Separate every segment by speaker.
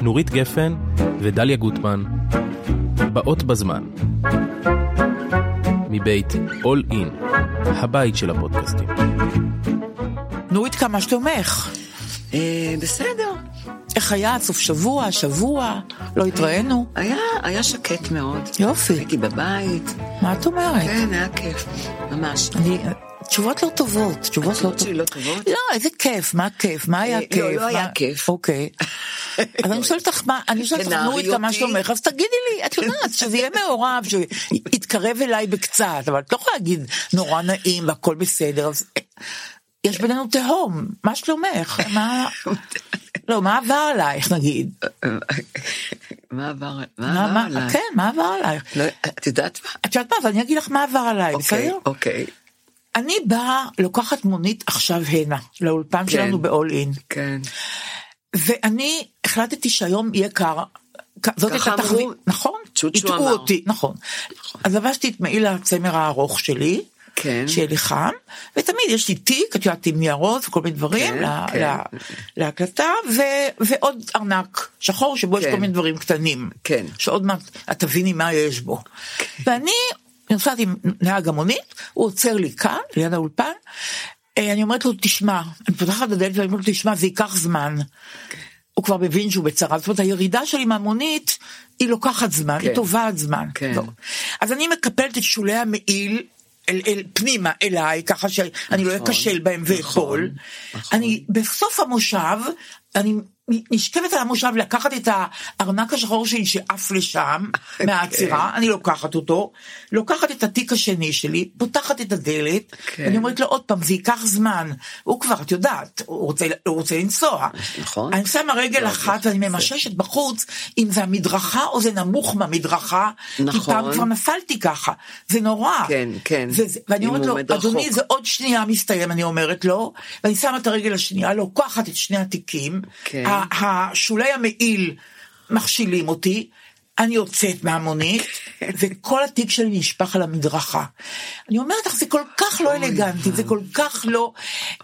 Speaker 1: נורית גפן ודליה גוטמן, באות בזמן, מבית All In, הבית של הפודקאסטים.
Speaker 2: נורית, כמה שתומך.
Speaker 3: אה, בסדר,
Speaker 2: איך היה? סוף שבוע, שבוע, לא התראינו.
Speaker 3: היה, היה שקט מאוד.
Speaker 2: יופי.
Speaker 3: הייתי בבית,
Speaker 2: מה את אומרת?
Speaker 3: כן, היה כיף, ממש.
Speaker 2: אני... תשובות לא טובות, תשובות לא
Speaker 3: התשובות שלי לא טובות?
Speaker 2: לא, איזה כיף, מה כיף, מה היה
Speaker 3: אה, לא,
Speaker 2: כיף?
Speaker 3: לא היה
Speaker 2: מה-
Speaker 3: כיף.
Speaker 2: אוקיי. אז אני שואלת אותך, מה, אני שואלת אותך,
Speaker 3: תנערי
Speaker 2: נורית, כמה
Speaker 3: אותי.
Speaker 2: שלומך, אז תגידי לי, את יודעת, שזה יהיה מעורב, שיתקרב אליי בקצת, אבל את לא יכולה להגיד, נורא נעים והכל בסדר, אז אה, יש בינינו תהום, מה שלומך? מה... לא, מה עבר עלייך, נגיד?
Speaker 3: מה עבר,
Speaker 2: מה-
Speaker 3: מה
Speaker 2: מה-
Speaker 3: עבר עליי?
Speaker 2: כן, מה עבר עלייך?
Speaker 3: לא, את יודעת מה?
Speaker 2: את יודעת מה, אבל אני אגיד לך מה עבר עליי,
Speaker 3: אוקיי,
Speaker 2: בסדר?
Speaker 3: אוקיי,
Speaker 2: אני באה, לוקחת מונית עכשיו הנה, לאולפן שלנו ב-all in,
Speaker 3: כן.
Speaker 2: ואני החלטתי שהיום יהיה קר. כ- זאת
Speaker 3: ככה
Speaker 2: הייתה תחביב,
Speaker 3: אמרו.
Speaker 2: נכון?
Speaker 3: צ'וצ'ו
Speaker 2: הטעו
Speaker 3: אמר.
Speaker 2: אותי, נכון. אז לבשתי את מעיל הצמר הארוך שלי,
Speaker 3: כן.
Speaker 2: שיהיה לי חם, ותמיד יש לי תיק, את יודעת, עם ניירות וכל מיני דברים,
Speaker 3: כן,
Speaker 2: לה-
Speaker 3: כן.
Speaker 2: לה- להקלטה, ו- ועוד ארנק שחור שבו יש
Speaker 3: כן.
Speaker 2: כל מיני דברים קטנים.
Speaker 3: כן.
Speaker 2: שעוד מעט את תביני מה יש בו. ואני נוסעת עם נהג המונית, הוא עוצר לי כאן, ליד האולפן, אה, אני אומרת לו, תשמע, אני פותחת את הדלת ואני אומרת לו, תשמע, זה ייקח זמן. הוא כבר מבין שהוא בצרה, זאת אומרת, הירידה שלי מהמונית, היא לוקחת זמן, היא תובעת זמן.
Speaker 3: כן.
Speaker 2: לא. אז אני מקפלת את שולי המעיל. אל, אל, פנימה אליי ככה שאני לא
Speaker 3: נכון,
Speaker 2: אכשל בהם ואפול. אני בסוף המושב אני נשכבת על המושב לקחת את הארנק השחור שלי שעף לשם
Speaker 3: כן.
Speaker 2: מהעצירה אני לוקחת אותו לוקחת את התיק השני שלי פותחת את הדלת
Speaker 3: כן.
Speaker 2: אני אומרת לו עוד פעם זה ייקח זמן הוא כבר את יודעת הוא רוצה, הוא רוצה לנסוע
Speaker 3: נכון.
Speaker 2: אני שמה רגל אחת ואני ממששת בחוץ אם זה המדרכה או זה נמוך מהמדרכה כי
Speaker 3: נכון.
Speaker 2: פעם כבר נפלתי ככה זה נורא
Speaker 3: כן, כן.
Speaker 2: וזה, ואני
Speaker 3: אם
Speaker 2: אומרת
Speaker 3: הוא
Speaker 2: לו
Speaker 3: עומד
Speaker 2: אדוני
Speaker 3: רחוק."
Speaker 2: זה עוד שנייה מסתיים אני אומרת לו ואני שמה את הרגל השנייה לוקחת את שני התיקים
Speaker 3: כן.
Speaker 2: ה- השולי המעיל מכשילים אותי. אני יוצאת מהמונית,
Speaker 3: כן.
Speaker 2: וכל התיק שלי נשפך על המדרכה. אני אומרת לך, זה כל כך לא אלגנטי, זה כל כך לא,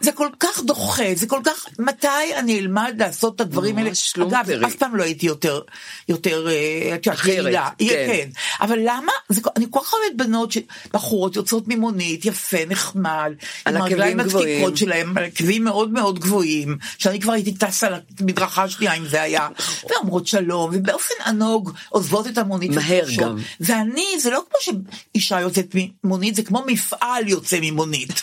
Speaker 2: זה כל כך דוחה, זה כל כך, מתי אני אלמד לעשות את הדברים האלה?
Speaker 3: ממש לא
Speaker 2: אגב,
Speaker 3: מודרי.
Speaker 2: אף פעם לא הייתי יותר, יותר, אה, את יודעת,
Speaker 3: אחרת,
Speaker 2: יעילה.
Speaker 3: כן.
Speaker 2: כן. אבל למה, זה, כל- אני כל כך אוהבת בנות, ש- בחורות יוצאות ממונית, יפה, נחמד, עם
Speaker 3: על עקבים
Speaker 2: הרגליים
Speaker 3: גבוהים.
Speaker 2: הדפיקות שלהם, על עקבים מאוד מאוד גבוהים, שאני כבר הייתי טסה למדרכה השנייה אם זה היה,
Speaker 3: נכון.
Speaker 2: ואומרות שלום, ובאופן ענוג עוזבות את המונית.
Speaker 3: מהר
Speaker 2: ופורשות.
Speaker 3: גם.
Speaker 2: ואני, זה לא כמו שאישה יוצאת ממונית, זה כמו מפעל יוצא ממונית.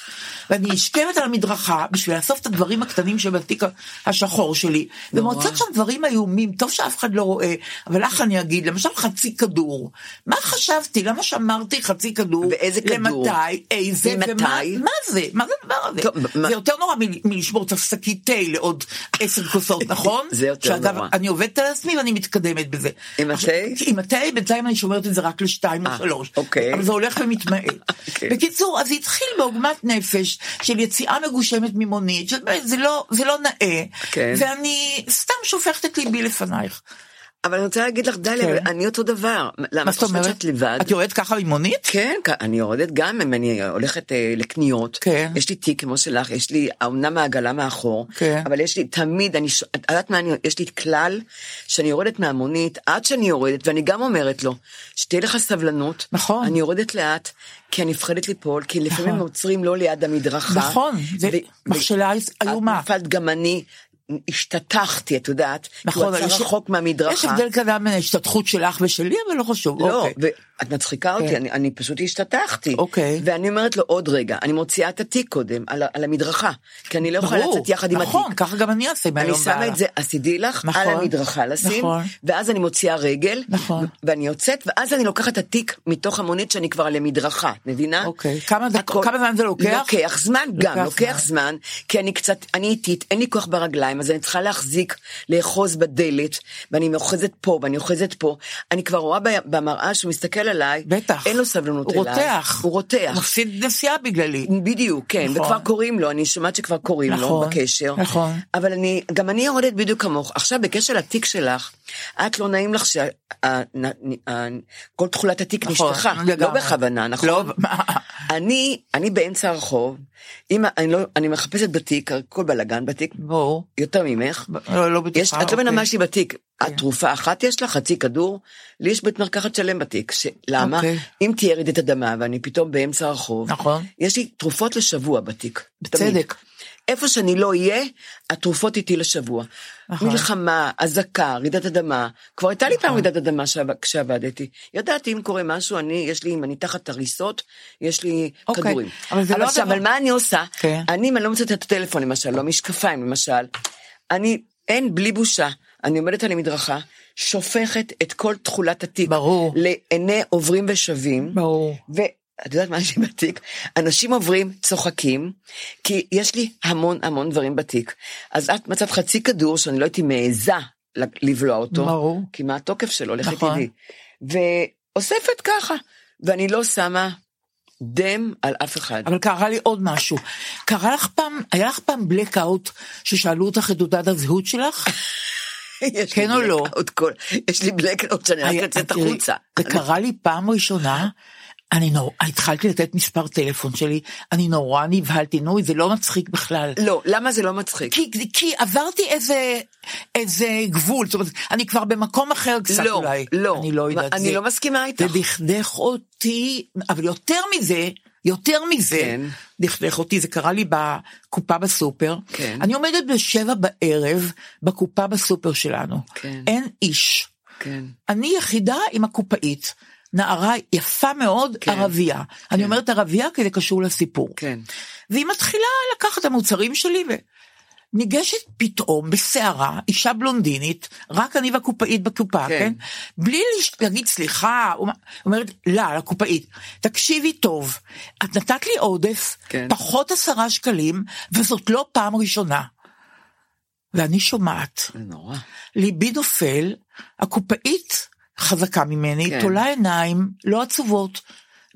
Speaker 2: ואני נשכבת על המדרכה בשביל לאסוף את הדברים הקטנים שבתיק השחור שלי, ומוצאת שם דברים איומים, טוב שאף אחד לא רואה, אבל לך אני אגיד, למשל חצי כדור. מה חשבתי? למה שאמרתי חצי כדור?
Speaker 3: ואיזה כדור?
Speaker 2: למתי? איזה?
Speaker 3: ממתי?
Speaker 2: ומה מה זה? מה זה הדבר הזה?
Speaker 3: טוב, מה-
Speaker 2: זה יותר נורא מ- מלשבור את הפסקית תה לעוד עשר כוסות, נכון?
Speaker 3: זה יותר
Speaker 2: שאגב,
Speaker 3: נורא.
Speaker 2: אני עובדת על עצמי ואני מתקדמת בזה.
Speaker 3: עם
Speaker 2: עכשיו,
Speaker 3: התה?
Speaker 2: עם התה, בינתיים אני שומרת את זה רק לשתיים או
Speaker 3: אה,
Speaker 2: שלוש.
Speaker 3: אוקיי.
Speaker 2: אבל זה הולך ומתמעט.
Speaker 3: אוקיי.
Speaker 2: בקיצור, אז זה התחיל בעוגמת נפש של יציאה מגושמת ממונית, שבאמת זה לא, זה לא נאה,
Speaker 3: כן.
Speaker 2: ואני סתם שופכת את ליבי לפנייך.
Speaker 3: אבל אני רוצה להגיד לך, דליה,
Speaker 2: כן.
Speaker 3: אבל אני אותו דבר. למה את חושבת שאת לבד?
Speaker 2: את יורדת ככה ממונית?
Speaker 3: כן, כ- אני יורדת גם אם אני הולכת אה, לקניות.
Speaker 2: כן.
Speaker 3: יש לי תיק כמו שלך, יש לי אומנם העגלה מאחור,
Speaker 2: כן.
Speaker 3: אבל יש לי תמיד, אני, ש- את יודעת מה, אני, יש לי כלל שאני יורדת מהמונית, עד שאני יורדת, ואני גם אומרת לו, שתהיה לך סבלנות.
Speaker 2: נכון.
Speaker 3: אני יורדת לאט, כי אני מפחדת ליפול, כי לפעמים
Speaker 2: נכון.
Speaker 3: עוצרים לא ליד המדרכה.
Speaker 2: נכון, זה
Speaker 3: ו-
Speaker 2: מכשלה
Speaker 3: ו-
Speaker 2: איומה.
Speaker 3: את נפלת גם אני. השתטחתי, את יודעת,
Speaker 2: נכון,
Speaker 3: כי הוא
Speaker 2: יש-
Speaker 3: עצר רחוק מהמדרכה.
Speaker 2: יש הבדל קטן בין ההשתתחות שלך ושלי, אבל לא חשוב.
Speaker 3: לא,
Speaker 2: אוקיי.
Speaker 3: ואת מצחיקה אותי,
Speaker 2: כן.
Speaker 3: אני, אני פשוט השתתחתי.
Speaker 2: אוקיי.
Speaker 3: ואני אומרת לו, עוד רגע, אני מוציאה את התיק קודם, על, ה- על המדרכה, כי אני לא יכולה
Speaker 2: ברור,
Speaker 3: לצאת יחד עם
Speaker 2: נכון,
Speaker 3: התיק.
Speaker 2: ככה גם אני אעשה מהיום
Speaker 3: אני
Speaker 2: והלאה.
Speaker 3: שמה את זה, אז תדעי לך,
Speaker 2: נכון,
Speaker 3: על המדרכה לשים,
Speaker 2: נכון.
Speaker 3: ואז אני מוציאה רגל,
Speaker 2: נכון.
Speaker 3: ו- ואני יוצאת, ואז אני לוקחת את התיק מתוך המונית שאני כבר על המדרכה, את מבינה?
Speaker 2: אוקיי. כמה דק-
Speaker 3: הכל-
Speaker 2: כמה זמן זה לוקח?
Speaker 3: לוקח זמן, גם
Speaker 2: לוקח
Speaker 3: לוקח זמן, כי אני קצת, אני איטית, אין לי כוח ברגליים, אז אני צריכה להחזיק, לאחוז בדלת, ואני אוחזת פה, ואני אוחזת פה. אני כבר רואה ב- במראה שהוא מסתכל עליי,
Speaker 2: בטח.
Speaker 3: אין לו סבלנות
Speaker 2: הוא
Speaker 3: אליי.
Speaker 2: רותח.
Speaker 3: הוא רותח.
Speaker 2: מפסיד נסיעה בגללי.
Speaker 3: בדיוק, כן,
Speaker 2: נכון.
Speaker 3: נכון. וכבר קוראים לו, אני שומעת שכבר קוראים
Speaker 2: נכון,
Speaker 3: לו בקשר.
Speaker 2: נכון.
Speaker 3: אבל אני, גם אני יורדת בדיוק כמוך. עכשיו, בקשר לתיק שלך, את לא נעים לך שכל תכולת התיק
Speaker 2: נכון,
Speaker 3: נשפכה. לא
Speaker 2: לגמרי.
Speaker 3: בכוונה, נכון?
Speaker 2: לא,
Speaker 3: אני, אני באמצע הרחוב, אם, אני, לא, אני מחפשת בתיק, כל בלאגן בתיק,
Speaker 2: ברור.
Speaker 3: יותר ממך.
Speaker 2: לא, לא בטוחה.
Speaker 3: יש, את לא מבינה
Speaker 2: אוקיי.
Speaker 3: מה יש לי בתיק. את תרופה אחת יש לך, חצי כדור, לי יש בית מרקחת שלם בתיק. ש- למה?
Speaker 2: אוקיי.
Speaker 3: אם תהיה רעידת אדמה ואני פתאום באמצע הרחוב,
Speaker 2: נכון.
Speaker 3: יש לי תרופות לשבוע בתיק.
Speaker 2: בצדק.
Speaker 3: תמיד. איפה שאני לא אהיה, התרופות איתי לשבוע.
Speaker 2: נכון.
Speaker 3: מלחמה, אזעקה, רעידת אדמה. כבר הייתה לי פעם רעידת אדמה שעב- כשעבדתי. ידעתי אם קורה משהו, אני, יש לי, אם אני תחת הריסות, יש לי
Speaker 2: אוקיי.
Speaker 3: כדורים.
Speaker 2: אבל זה לא
Speaker 3: עכשיו,
Speaker 2: הדבר-
Speaker 3: אבל מה אני עושה?
Speaker 2: כן.
Speaker 3: אני, אם אני לא מוצאת את הטלפון למשל, לא משקפיים למשל, אני, אין, בלי בושה, אני עומדת על המדרכה, שופכת את כל תכולת התיק.
Speaker 2: ברור.
Speaker 3: לעיני עוברים ושבים.
Speaker 2: ברור.
Speaker 3: ואת יודעת מה יש לי בתיק? אנשים עוברים, צוחקים, כי יש לי המון המון דברים בתיק. אז את מצאת חצי כדור שאני לא הייתי מעיזה ל- לבלוע אותו.
Speaker 2: ברור.
Speaker 3: כי מה התוקף שלו, לכי
Speaker 2: נכון.
Speaker 3: תדעי. ואוספת ככה, ואני לא שמה דם על אף אחד.
Speaker 2: אבל קרה לי עוד משהו. קרה לך פעם, היה לך פעם blackout ששאלו אותך את תעודת הזהות שלך?
Speaker 3: יש
Speaker 2: כן
Speaker 3: לי
Speaker 2: או לא?
Speaker 3: blackout כל- יש לי בלקאוט שאני רק
Speaker 2: היה-
Speaker 3: יוצאת
Speaker 2: תראי,
Speaker 3: החוצה.
Speaker 2: זה קרה לי פעם ראשונה. אני נורא, התחלתי לתת מספר טלפון שלי, אני נורא נבהלתי, נוי, זה לא מצחיק בכלל.
Speaker 3: לא, למה זה לא מצחיק?
Speaker 2: כי, כי עברתי איזה, איזה גבול, זאת אומרת, אני כבר במקום אחר קצת
Speaker 3: לא,
Speaker 2: אולי.
Speaker 3: לא.
Speaker 2: אני לא יודעת.
Speaker 3: אני
Speaker 2: זה-
Speaker 3: לא מסכימה איתך.
Speaker 2: זה דכדך אותי, אבל יותר מזה, יותר מזה,
Speaker 3: כן.
Speaker 2: דכדך אותי, זה קרה לי בקופה בסופר.
Speaker 3: כן.
Speaker 2: אני עומדת בשבע בערב בקופה בסופר שלנו.
Speaker 3: כן.
Speaker 2: אין איש.
Speaker 3: כן.
Speaker 2: אני יחידה עם הקופאית. נערה יפה מאוד,
Speaker 3: כן.
Speaker 2: ערבייה. אני אומרת ערבייה כי זה קשור לסיפור.
Speaker 3: כן.
Speaker 2: והיא מתחילה לקחת את המוצרים שלי ו... ניגשת פתאום בסערה אישה בלונדינית, רק אני והקופאית בקופה, כן?
Speaker 3: כן.
Speaker 2: כן? בלי לש- להגיד סליחה, או מה- אומרת לה, לקופאית, תקשיבי טוב, את נתת לי עודף,
Speaker 3: כן.
Speaker 2: פחות עשרה שקלים, וזאת לא פעם ראשונה. ואני שומעת,
Speaker 3: זה נורא.
Speaker 2: ליבי נופל, הקופאית חזקה ממני, כן.
Speaker 3: כן.
Speaker 2: תולה עיניים לא עצובות.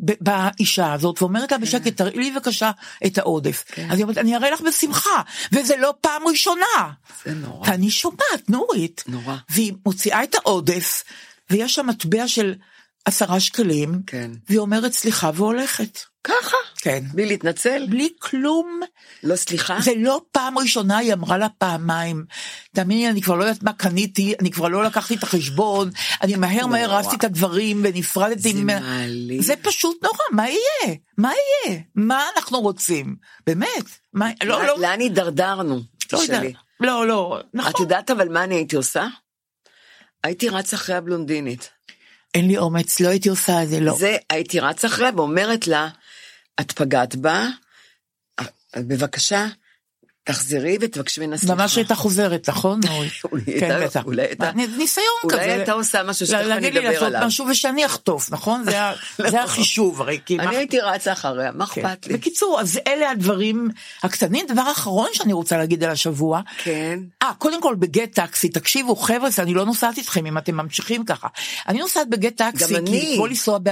Speaker 2: ב- באישה הזאת ואומרת
Speaker 3: כן.
Speaker 2: לה בשקט תראי לי בבקשה את העודף. אז היא אומרת אני אראה לך בשמחה וזה לא פעם ראשונה.
Speaker 3: זה נורא.
Speaker 2: ואני שומעת נורית.
Speaker 3: נורא.
Speaker 2: והיא מוציאה את העודף ויש שם מטבע של עשרה שקלים.
Speaker 3: כן.
Speaker 2: והיא אומרת סליחה והולכת.
Speaker 3: ככה.
Speaker 2: כן.
Speaker 3: בלי להתנצל?
Speaker 2: בלי כלום
Speaker 3: לא, סליחה?
Speaker 2: זה לא פעם ראשונה, היא אמרה לה פעמיים. תאמיני לי, אני כבר לא יודעת מה קניתי, אני כבר לא לקחתי את החשבון, אני מהר מהר
Speaker 3: נורא.
Speaker 2: רצתי את הדברים ונפרדתי
Speaker 3: זה
Speaker 2: ממנה.
Speaker 3: מעליב.
Speaker 2: זה פשוט נורא, מה יהיה? מה יהיה? מה אנחנו רוצים? באמת? מה, לא,
Speaker 3: לא,
Speaker 2: לא,
Speaker 3: לאן הידרדרנו?
Speaker 2: לא יודעת.
Speaker 3: תשאלי.
Speaker 2: לא, לא,
Speaker 3: את
Speaker 2: נכון.
Speaker 3: יודעת אבל מה אני הייתי עושה? הייתי רץ אחרי הבלונדינית.
Speaker 2: אין לי אומץ, לא הייתי עושה את זה, לא.
Speaker 3: זה, הייתי רץ אחריה ואומרת לה, את פגעת בה, אז אה, בבקשה, תחזרי ותבקשי ממנה סליחה.
Speaker 2: ממש הייתה חוזרת, נכון? אורי?
Speaker 3: אולי
Speaker 2: כן,
Speaker 3: הייתה-
Speaker 2: בטח.
Speaker 3: אולי הייתה-
Speaker 2: ניסיון כזה.
Speaker 3: אולי הייתה עושה משהו שתכף
Speaker 2: להגיד
Speaker 3: אני
Speaker 2: לי
Speaker 3: אדבר
Speaker 2: לעשות
Speaker 3: עליו. לא.
Speaker 2: משהו ושאני אחטוף, נכון? זה ה- זה החישוב, הרי כי... מה-
Speaker 3: אני הייתי רצה אחריה, מה
Speaker 2: כן.
Speaker 3: אכפת לי?
Speaker 2: בקיצור, אז אלה הדברים הקטנים. דבר אחרון שאני רוצה להגיד על השבוע.
Speaker 3: כן.
Speaker 2: אה, קודם כל בגט טקסי, תקשיבו חבר'ה, אני לא נוסעת איתכם אם אתם ממשיכים ככה. אני נוסעת בגט טקסי,
Speaker 3: גם
Speaker 2: כי
Speaker 3: אני.
Speaker 2: כמו לנסוע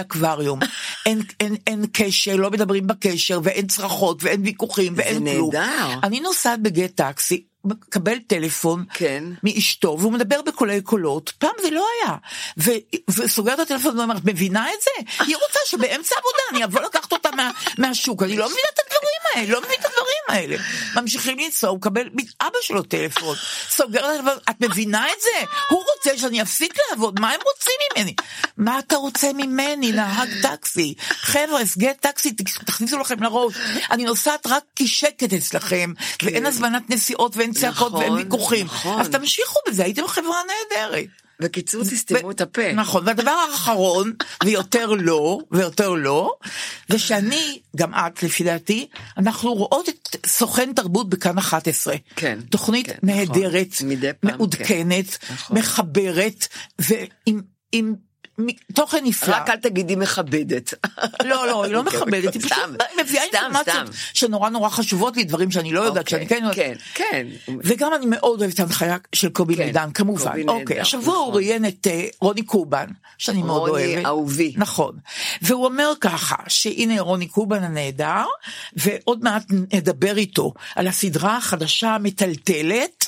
Speaker 2: באקווריום. אין, אין, אין קשר, לא מדברים בקשר, ואין צרחות, ואין ויכוחים, ואין כלום.
Speaker 3: נהדר.
Speaker 2: אני נוסעת בגט טקסי. מקבל טלפון
Speaker 3: כן.
Speaker 2: מאשתו והוא מדבר בקולי קולות פעם זה לא היה ו- וסוגר את הטלפון ואומרת מבינה את זה היא רוצה שבאמצע העבודה אני אבוא לקחת אותה מה- מהשוק אני לא מבינה את הדברים האלה לא מבינה את הדברים האלה ממשיכים לנסוע הוא מקבל מאבא שלו טלפון סוגר את הטלפון את מבינה את זה הוא רוצה שאני אפסיק לעבוד מה הם רוצים ממני מה אתה רוצה ממני נהג טקסי חבר'ה הסגי טקסי ת- תכניסו לכם לראש אני נוסעת רק כי שקט אצלכם ואין הזמנת נסיעות ואין צעקות
Speaker 3: כן. נכון,
Speaker 2: ואין ויכוחים
Speaker 3: נכון.
Speaker 2: אז תמשיכו בזה הייתם חברה נהדרת.
Speaker 3: בקיצור, תסתמו
Speaker 2: ו-
Speaker 3: את הפה.
Speaker 2: נכון, והדבר האחרון, ויותר לא, ויותר לא, זה שאני, גם את לפי דעתי, אנחנו רואות את סוכן תרבות בכאן 11.
Speaker 3: כן,
Speaker 2: תוכנית
Speaker 3: כן, נכון.
Speaker 2: נהדרת,
Speaker 3: מדי פעם,
Speaker 2: מעודכנת,
Speaker 3: כן. נכון.
Speaker 2: מחברת, ועם עם, מ- תוכן נפלא.
Speaker 3: רק אל תגידי מכבדת.
Speaker 2: לא, לא, היא לא
Speaker 3: אוקיי,
Speaker 2: מכבדת, היא פשוט
Speaker 3: סתם,
Speaker 2: מביאה
Speaker 3: סתם,
Speaker 2: אינפורמציות
Speaker 3: סתם.
Speaker 2: שנורא נורא חשובות לי, דברים שאני לא יודעת,
Speaker 3: אוקיי,
Speaker 2: שאני כן יודעת.
Speaker 3: כן, כן.
Speaker 2: וגם אני מאוד אוהבת את ההנחיה של קובי
Speaker 3: כן,
Speaker 2: מידן, כמובן.
Speaker 3: קובי
Speaker 2: אוקיי,
Speaker 3: נהדר,
Speaker 2: השבוע הוא
Speaker 3: נכון.
Speaker 2: ראיין את אה, רוני קובן, שאני מאוד אוהבת.
Speaker 3: רוני, אהובי.
Speaker 2: נכון. והוא אומר ככה, שהנה רוני קובן הנהדר, ועוד מעט נדבר איתו על הסדרה החדשה המטלטלת.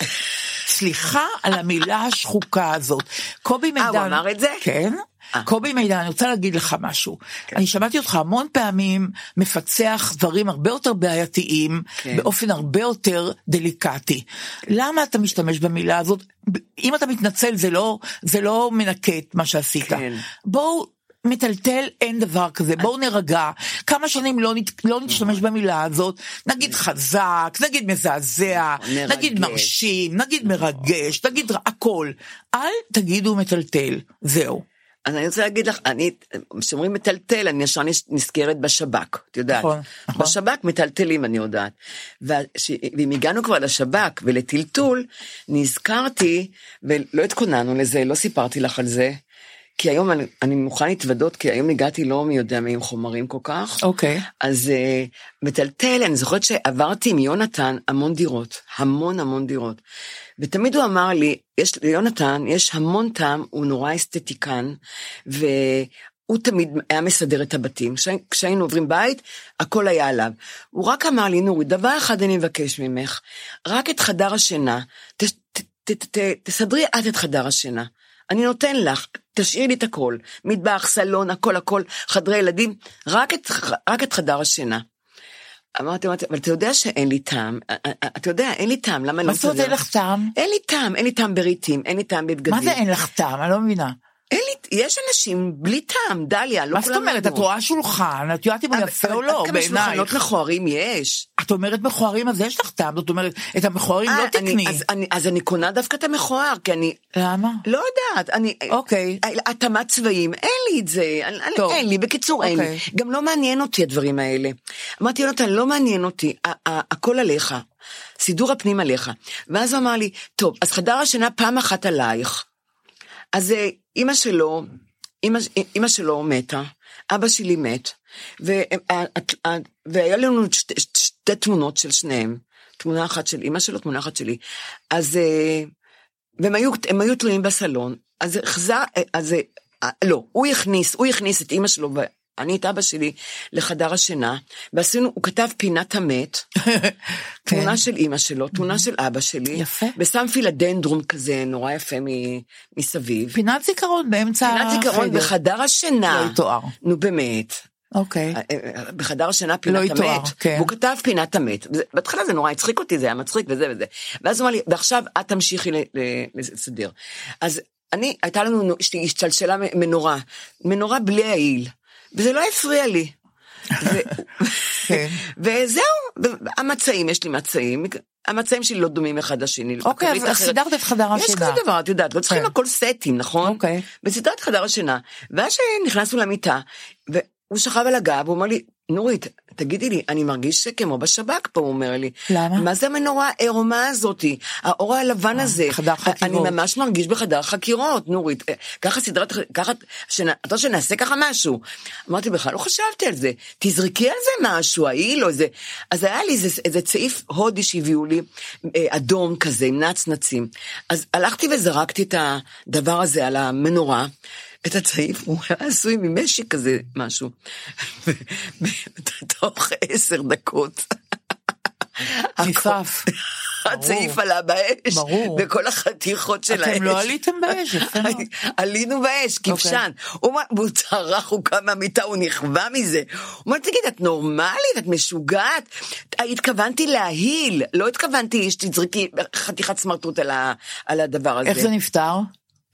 Speaker 2: סליחה על המילה השחוקה הזאת. קובי מידן...
Speaker 3: אה, הוא אמר את זה?
Speaker 2: כן.
Speaker 3: אה.
Speaker 2: קובי מידן, אני רוצה להגיד לך משהו.
Speaker 3: כן.
Speaker 2: אני שמעתי אותך המון פעמים מפצח דברים הרבה יותר בעייתיים,
Speaker 3: כן.
Speaker 2: באופן הרבה יותר דליקטי. למה אתה משתמש במילה הזאת? ב- אם אתה מתנצל זה לא, זה לא מנקה את מה שעשית.
Speaker 3: כן. אה.
Speaker 2: בואו... מטלטל אין דבר כזה בואו נרגע כמה שנים לא, נת, לא
Speaker 3: נכון.
Speaker 2: נשתמש במילה הזאת נגיד חזק נגיד מזעזע
Speaker 3: נכון, מרגש. נכון.
Speaker 2: נגיד מרשים נגיד מרגש נגיד ר- הכל אל תגידו מטלטל זהו.
Speaker 3: אז אני רוצה להגיד לך, אני, כשאומרים מטלטל, אני ישר נש- נזכרת בשב"כ, את יודעת.
Speaker 2: נכון, נכון.
Speaker 3: בשב"כ מטלטלים, אני יודעת. וש- ואם הגענו כבר לשב"כ ולטלטול, נזכרתי, ולא התכוננו לזה, לא סיפרתי לך על זה, כי היום אני, אני מוכן להתוודות, כי היום הגעתי לא מי יודע מי עם חומרים כל כך.
Speaker 2: אוקיי.
Speaker 3: אז אה, מטלטל, אני זוכרת שעברתי עם יונתן המון דירות, המון המון דירות. ותמיד הוא אמר לי, יש, ליונתן יש המון טעם, הוא נורא אסתטיקן, והוא תמיד היה מסדר את הבתים. כשה- כשהיינו עוברים בית, הכל היה עליו. הוא רק אמר לי, נורית, דבר אחד אני מבקש ממך, רק את חדר השינה, ת, ת, ת, ת, תסדרי את את חדר השינה. אני נותן לך, תשאירי לי את הכל, מטבח, סלון, הכל הכל, חדרי ילדים, רק את, רק את חדר השינה. אמרתי, אמרתי, אבל אתה יודע שאין לי טעם, אה, אה, אה, אתה יודע, אין לי טעם, למה אני
Speaker 2: מה
Speaker 3: לא
Speaker 2: זאת אומרת
Speaker 3: מסדר?"
Speaker 2: אין לך טעם?
Speaker 3: אין לי טעם, אין לי טעם ברהיטים, אין לי טעם בבגדים.
Speaker 2: מה זה אין לך טעם? אני לא מבינה.
Speaker 3: אין לי, יש אנשים בלי טעם, דליה, לא
Speaker 2: מה זאת
Speaker 3: כולם
Speaker 2: אומרת? את
Speaker 3: ידעו.
Speaker 2: רואה שולחן, את יודעת אם הוא
Speaker 3: אבל-
Speaker 2: יפה או
Speaker 3: אבל
Speaker 2: לא,
Speaker 3: עד כמה שולחנות
Speaker 2: בעינייך.
Speaker 3: מכוערים יש.
Speaker 2: את אומרת מכוערים אז יש לך טעם, זאת אומרת, את המכוערים
Speaker 3: אה,
Speaker 2: לא
Speaker 3: אני-
Speaker 2: תקני.
Speaker 3: אז אני- אז אני קונה דווקא את המכוער, כי אני...
Speaker 2: למה?
Speaker 3: לא יודעת, אני...
Speaker 2: אוקיי.
Speaker 3: התאמת צבעים, אין לי את זה, אני- אני-
Speaker 2: טוב.
Speaker 3: אין לי, בקיצור אין לי.
Speaker 2: אוקיי.
Speaker 3: גם לא מעניין אותי הדברים האלה. אמרתי, יונתן, לא מעניין אותי, ה- ה- הכל עליך. סידור הפנים עליך. ואז הוא אמר לי, טוב, אז חדר השינה פעם אחת עלייך. אז אה, אימא שלו, אימא, אה, אימא שלו מתה, אבא שלי מת, אה, וה, ה- ה- ה- והיה לנו שתי, שתי תמונות של שניהם, תמונה אחת של אימא שלו, תמונה אחת שלי. אז, אה, והם היו, הם היו תלויים בסלון, אז החזר, אה, אז, אה, אה, לא, הוא הכניס, הוא הכניס את אימא שלו, ואני את אבא שלי, לחדר השינה, ועשינו, הוא כתב פינת המת,
Speaker 2: אוקיי.
Speaker 3: תמונה של אימא שלו, תמונה של אבא שלי,
Speaker 2: יפה.
Speaker 3: ושם פילדנדרום כזה נורא יפה מ- מסביב.
Speaker 2: פינת זיכרון באמצע
Speaker 3: פינת זיכרון
Speaker 2: החדר.
Speaker 3: בחדר השינה.
Speaker 2: לא יתואר.
Speaker 3: נו באמת.
Speaker 2: אוקיי.
Speaker 3: אה, בחדר השינה פינת
Speaker 2: לא
Speaker 3: המת,
Speaker 2: יתואר, כן.
Speaker 3: והוא כתב פינת המת. וזה- בהתחלה זה נורא הצחיק אותי, זה היה מצחיק וזה וזה. ואז הוא אמר לי, ועכשיו את תמשיכי ל- ל- לסדר. אז אני, הייתה לנו, נו- אשתי השתלשלה מ- מנורה, מנורה בלי העיל, וזה לא הפריע לי. ו-
Speaker 2: כן.
Speaker 3: אה, וזהו, ו- המצעים, יש לי מצעים, המצעים שלי לא דומים אחד לשני.
Speaker 2: אוקיי,
Speaker 3: הכרית
Speaker 2: אז- אז
Speaker 3: אחרת.
Speaker 2: סידרת את חדר
Speaker 3: יש
Speaker 2: השינה.
Speaker 3: כזה דבר, את יודעת, לא צריכים
Speaker 2: כן.
Speaker 3: הכל סטים, נכון?
Speaker 2: אוקיי.
Speaker 3: וסידרת חדר השינה. ואז שנכנסנו למיטה, והוא שכב על הגב, הוא אומר לי, נורית, תגידי לי, אני מרגיש כמו בשב"כ פה, הוא אומר לי.
Speaker 2: למה? אה,
Speaker 3: מה זה המנורה הערומה הזאתי? האור הלבן הזה.
Speaker 2: חדר חקירות.
Speaker 3: אני ממש מרגיש בחדר חקירות, נורית. אה, ככה סדרת, ככה, שנ- את רוצה שנעשה ככה משהו. אמרתי, בכלל לא חשבתי על זה. תזרקי על זה משהו, ההיא לא זה. אז היה לי איזה, איזה צעיף הודי שהביאו לי, אה, אדום כזה, עם נצנצים. אז הלכתי וזרקתי את הדבר הזה על המנורה. את הצעיף, הוא היה עשוי ממשק כזה משהו. תוך עשר דקות.
Speaker 2: נשרף.
Speaker 3: הצעיף עלה באש,
Speaker 2: ברור.
Speaker 3: בכל החתיכות של האש.
Speaker 2: אתם לא עליתם באש, יפה מאוד. אוקיי.
Speaker 3: עלינו באש, כבשן. הוא אמר- והוא צרח, הוא קם מהמיטה, הוא נכווה מזה. הוא אמר, תגיד, את נורמלית? את משוגעת? התכוונתי להעיל, לא התכוונתי שתזרקי חתיכת סמרטוט על ה- על הדבר הזה.
Speaker 2: איך זה נפתר?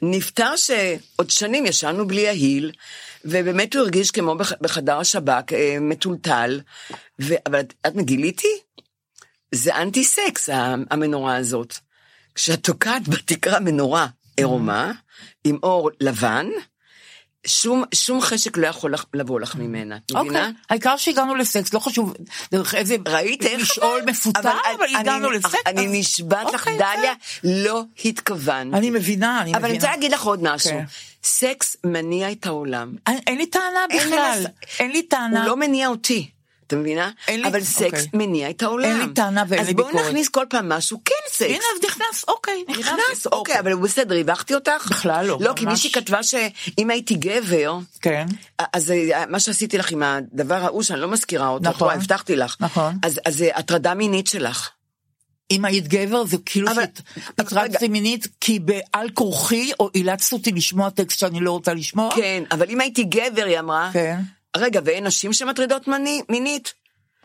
Speaker 3: נפטר שעוד שנים ישנו בלי ההיל, ובאמת הוא הרגיש כמו בח, בחדר השב"כ, אה, מטולטל, ו, אבל את, את גיליתי? זה אנטי סקס, ה- המנורה הזאת. כשאת תוקעת בתקרה מנורה עירומה, עם אור לבן, שום, שום חשק לא יכול לך, לבוא לך ממנה, את מבינה?
Speaker 2: אוקיי, העיקר שהגענו לסקס, לא חשוב דרך איזה...
Speaker 3: ראית איך
Speaker 2: לשאול מפוטר, אבל
Speaker 3: אני-
Speaker 2: הגענו לסקס.
Speaker 3: אני
Speaker 2: אז-
Speaker 3: נשבעת לך,
Speaker 2: אוקיי,
Speaker 3: דליה,
Speaker 2: בסדר.
Speaker 3: לא התכוונת.
Speaker 2: אני מבינה, אני
Speaker 3: אבל אני
Speaker 2: מבינה.
Speaker 3: רוצה להגיד לך עוד משהו.
Speaker 2: כן.
Speaker 3: סקס מניע את העולם.
Speaker 2: אין- אה, אין לי טענה
Speaker 3: אין
Speaker 2: בכלל,
Speaker 3: לס-
Speaker 2: אין לי טענה.
Speaker 3: הוא לא מניע אותי. אתה מבינה?
Speaker 2: אין לי-
Speaker 3: אבל סקס
Speaker 2: אוקיי.
Speaker 3: מניע את העולם.
Speaker 2: אין לי טענה ואין לי
Speaker 3: אז בואו
Speaker 2: ביקורת.
Speaker 3: נכניס כל פעם משהו, כן סקס.
Speaker 2: הנה, אז נכנס, אוקיי,
Speaker 3: נכנס, אוקיי, אבל הוא בסדר, הבכתי אותך?
Speaker 2: בכלל לא,
Speaker 3: לא, כי
Speaker 2: ממש.
Speaker 3: מישהי כתבה שאם הייתי גבר,
Speaker 2: כן.
Speaker 3: אז אה, מה שעשיתי לך עם הדבר ההוא שאני לא מזכירה אותו,
Speaker 2: נכון.
Speaker 3: וואי, הבטחתי לך.
Speaker 2: נכון.
Speaker 3: אז אז זה הטרדה מינית שלך.
Speaker 2: אם היית גבר זה כאילו
Speaker 3: אבל-
Speaker 2: שהתרדתי
Speaker 3: רגע.
Speaker 2: מינית כי בעל כורחי או אילצת אותי לשמוע טקסט שאני לא רוצה לשמוע.
Speaker 3: כן, אבל אם הייתי גבר, היא אמרה,
Speaker 2: כן.
Speaker 3: רגע, ואין נשים שמטרידות מני- מינית?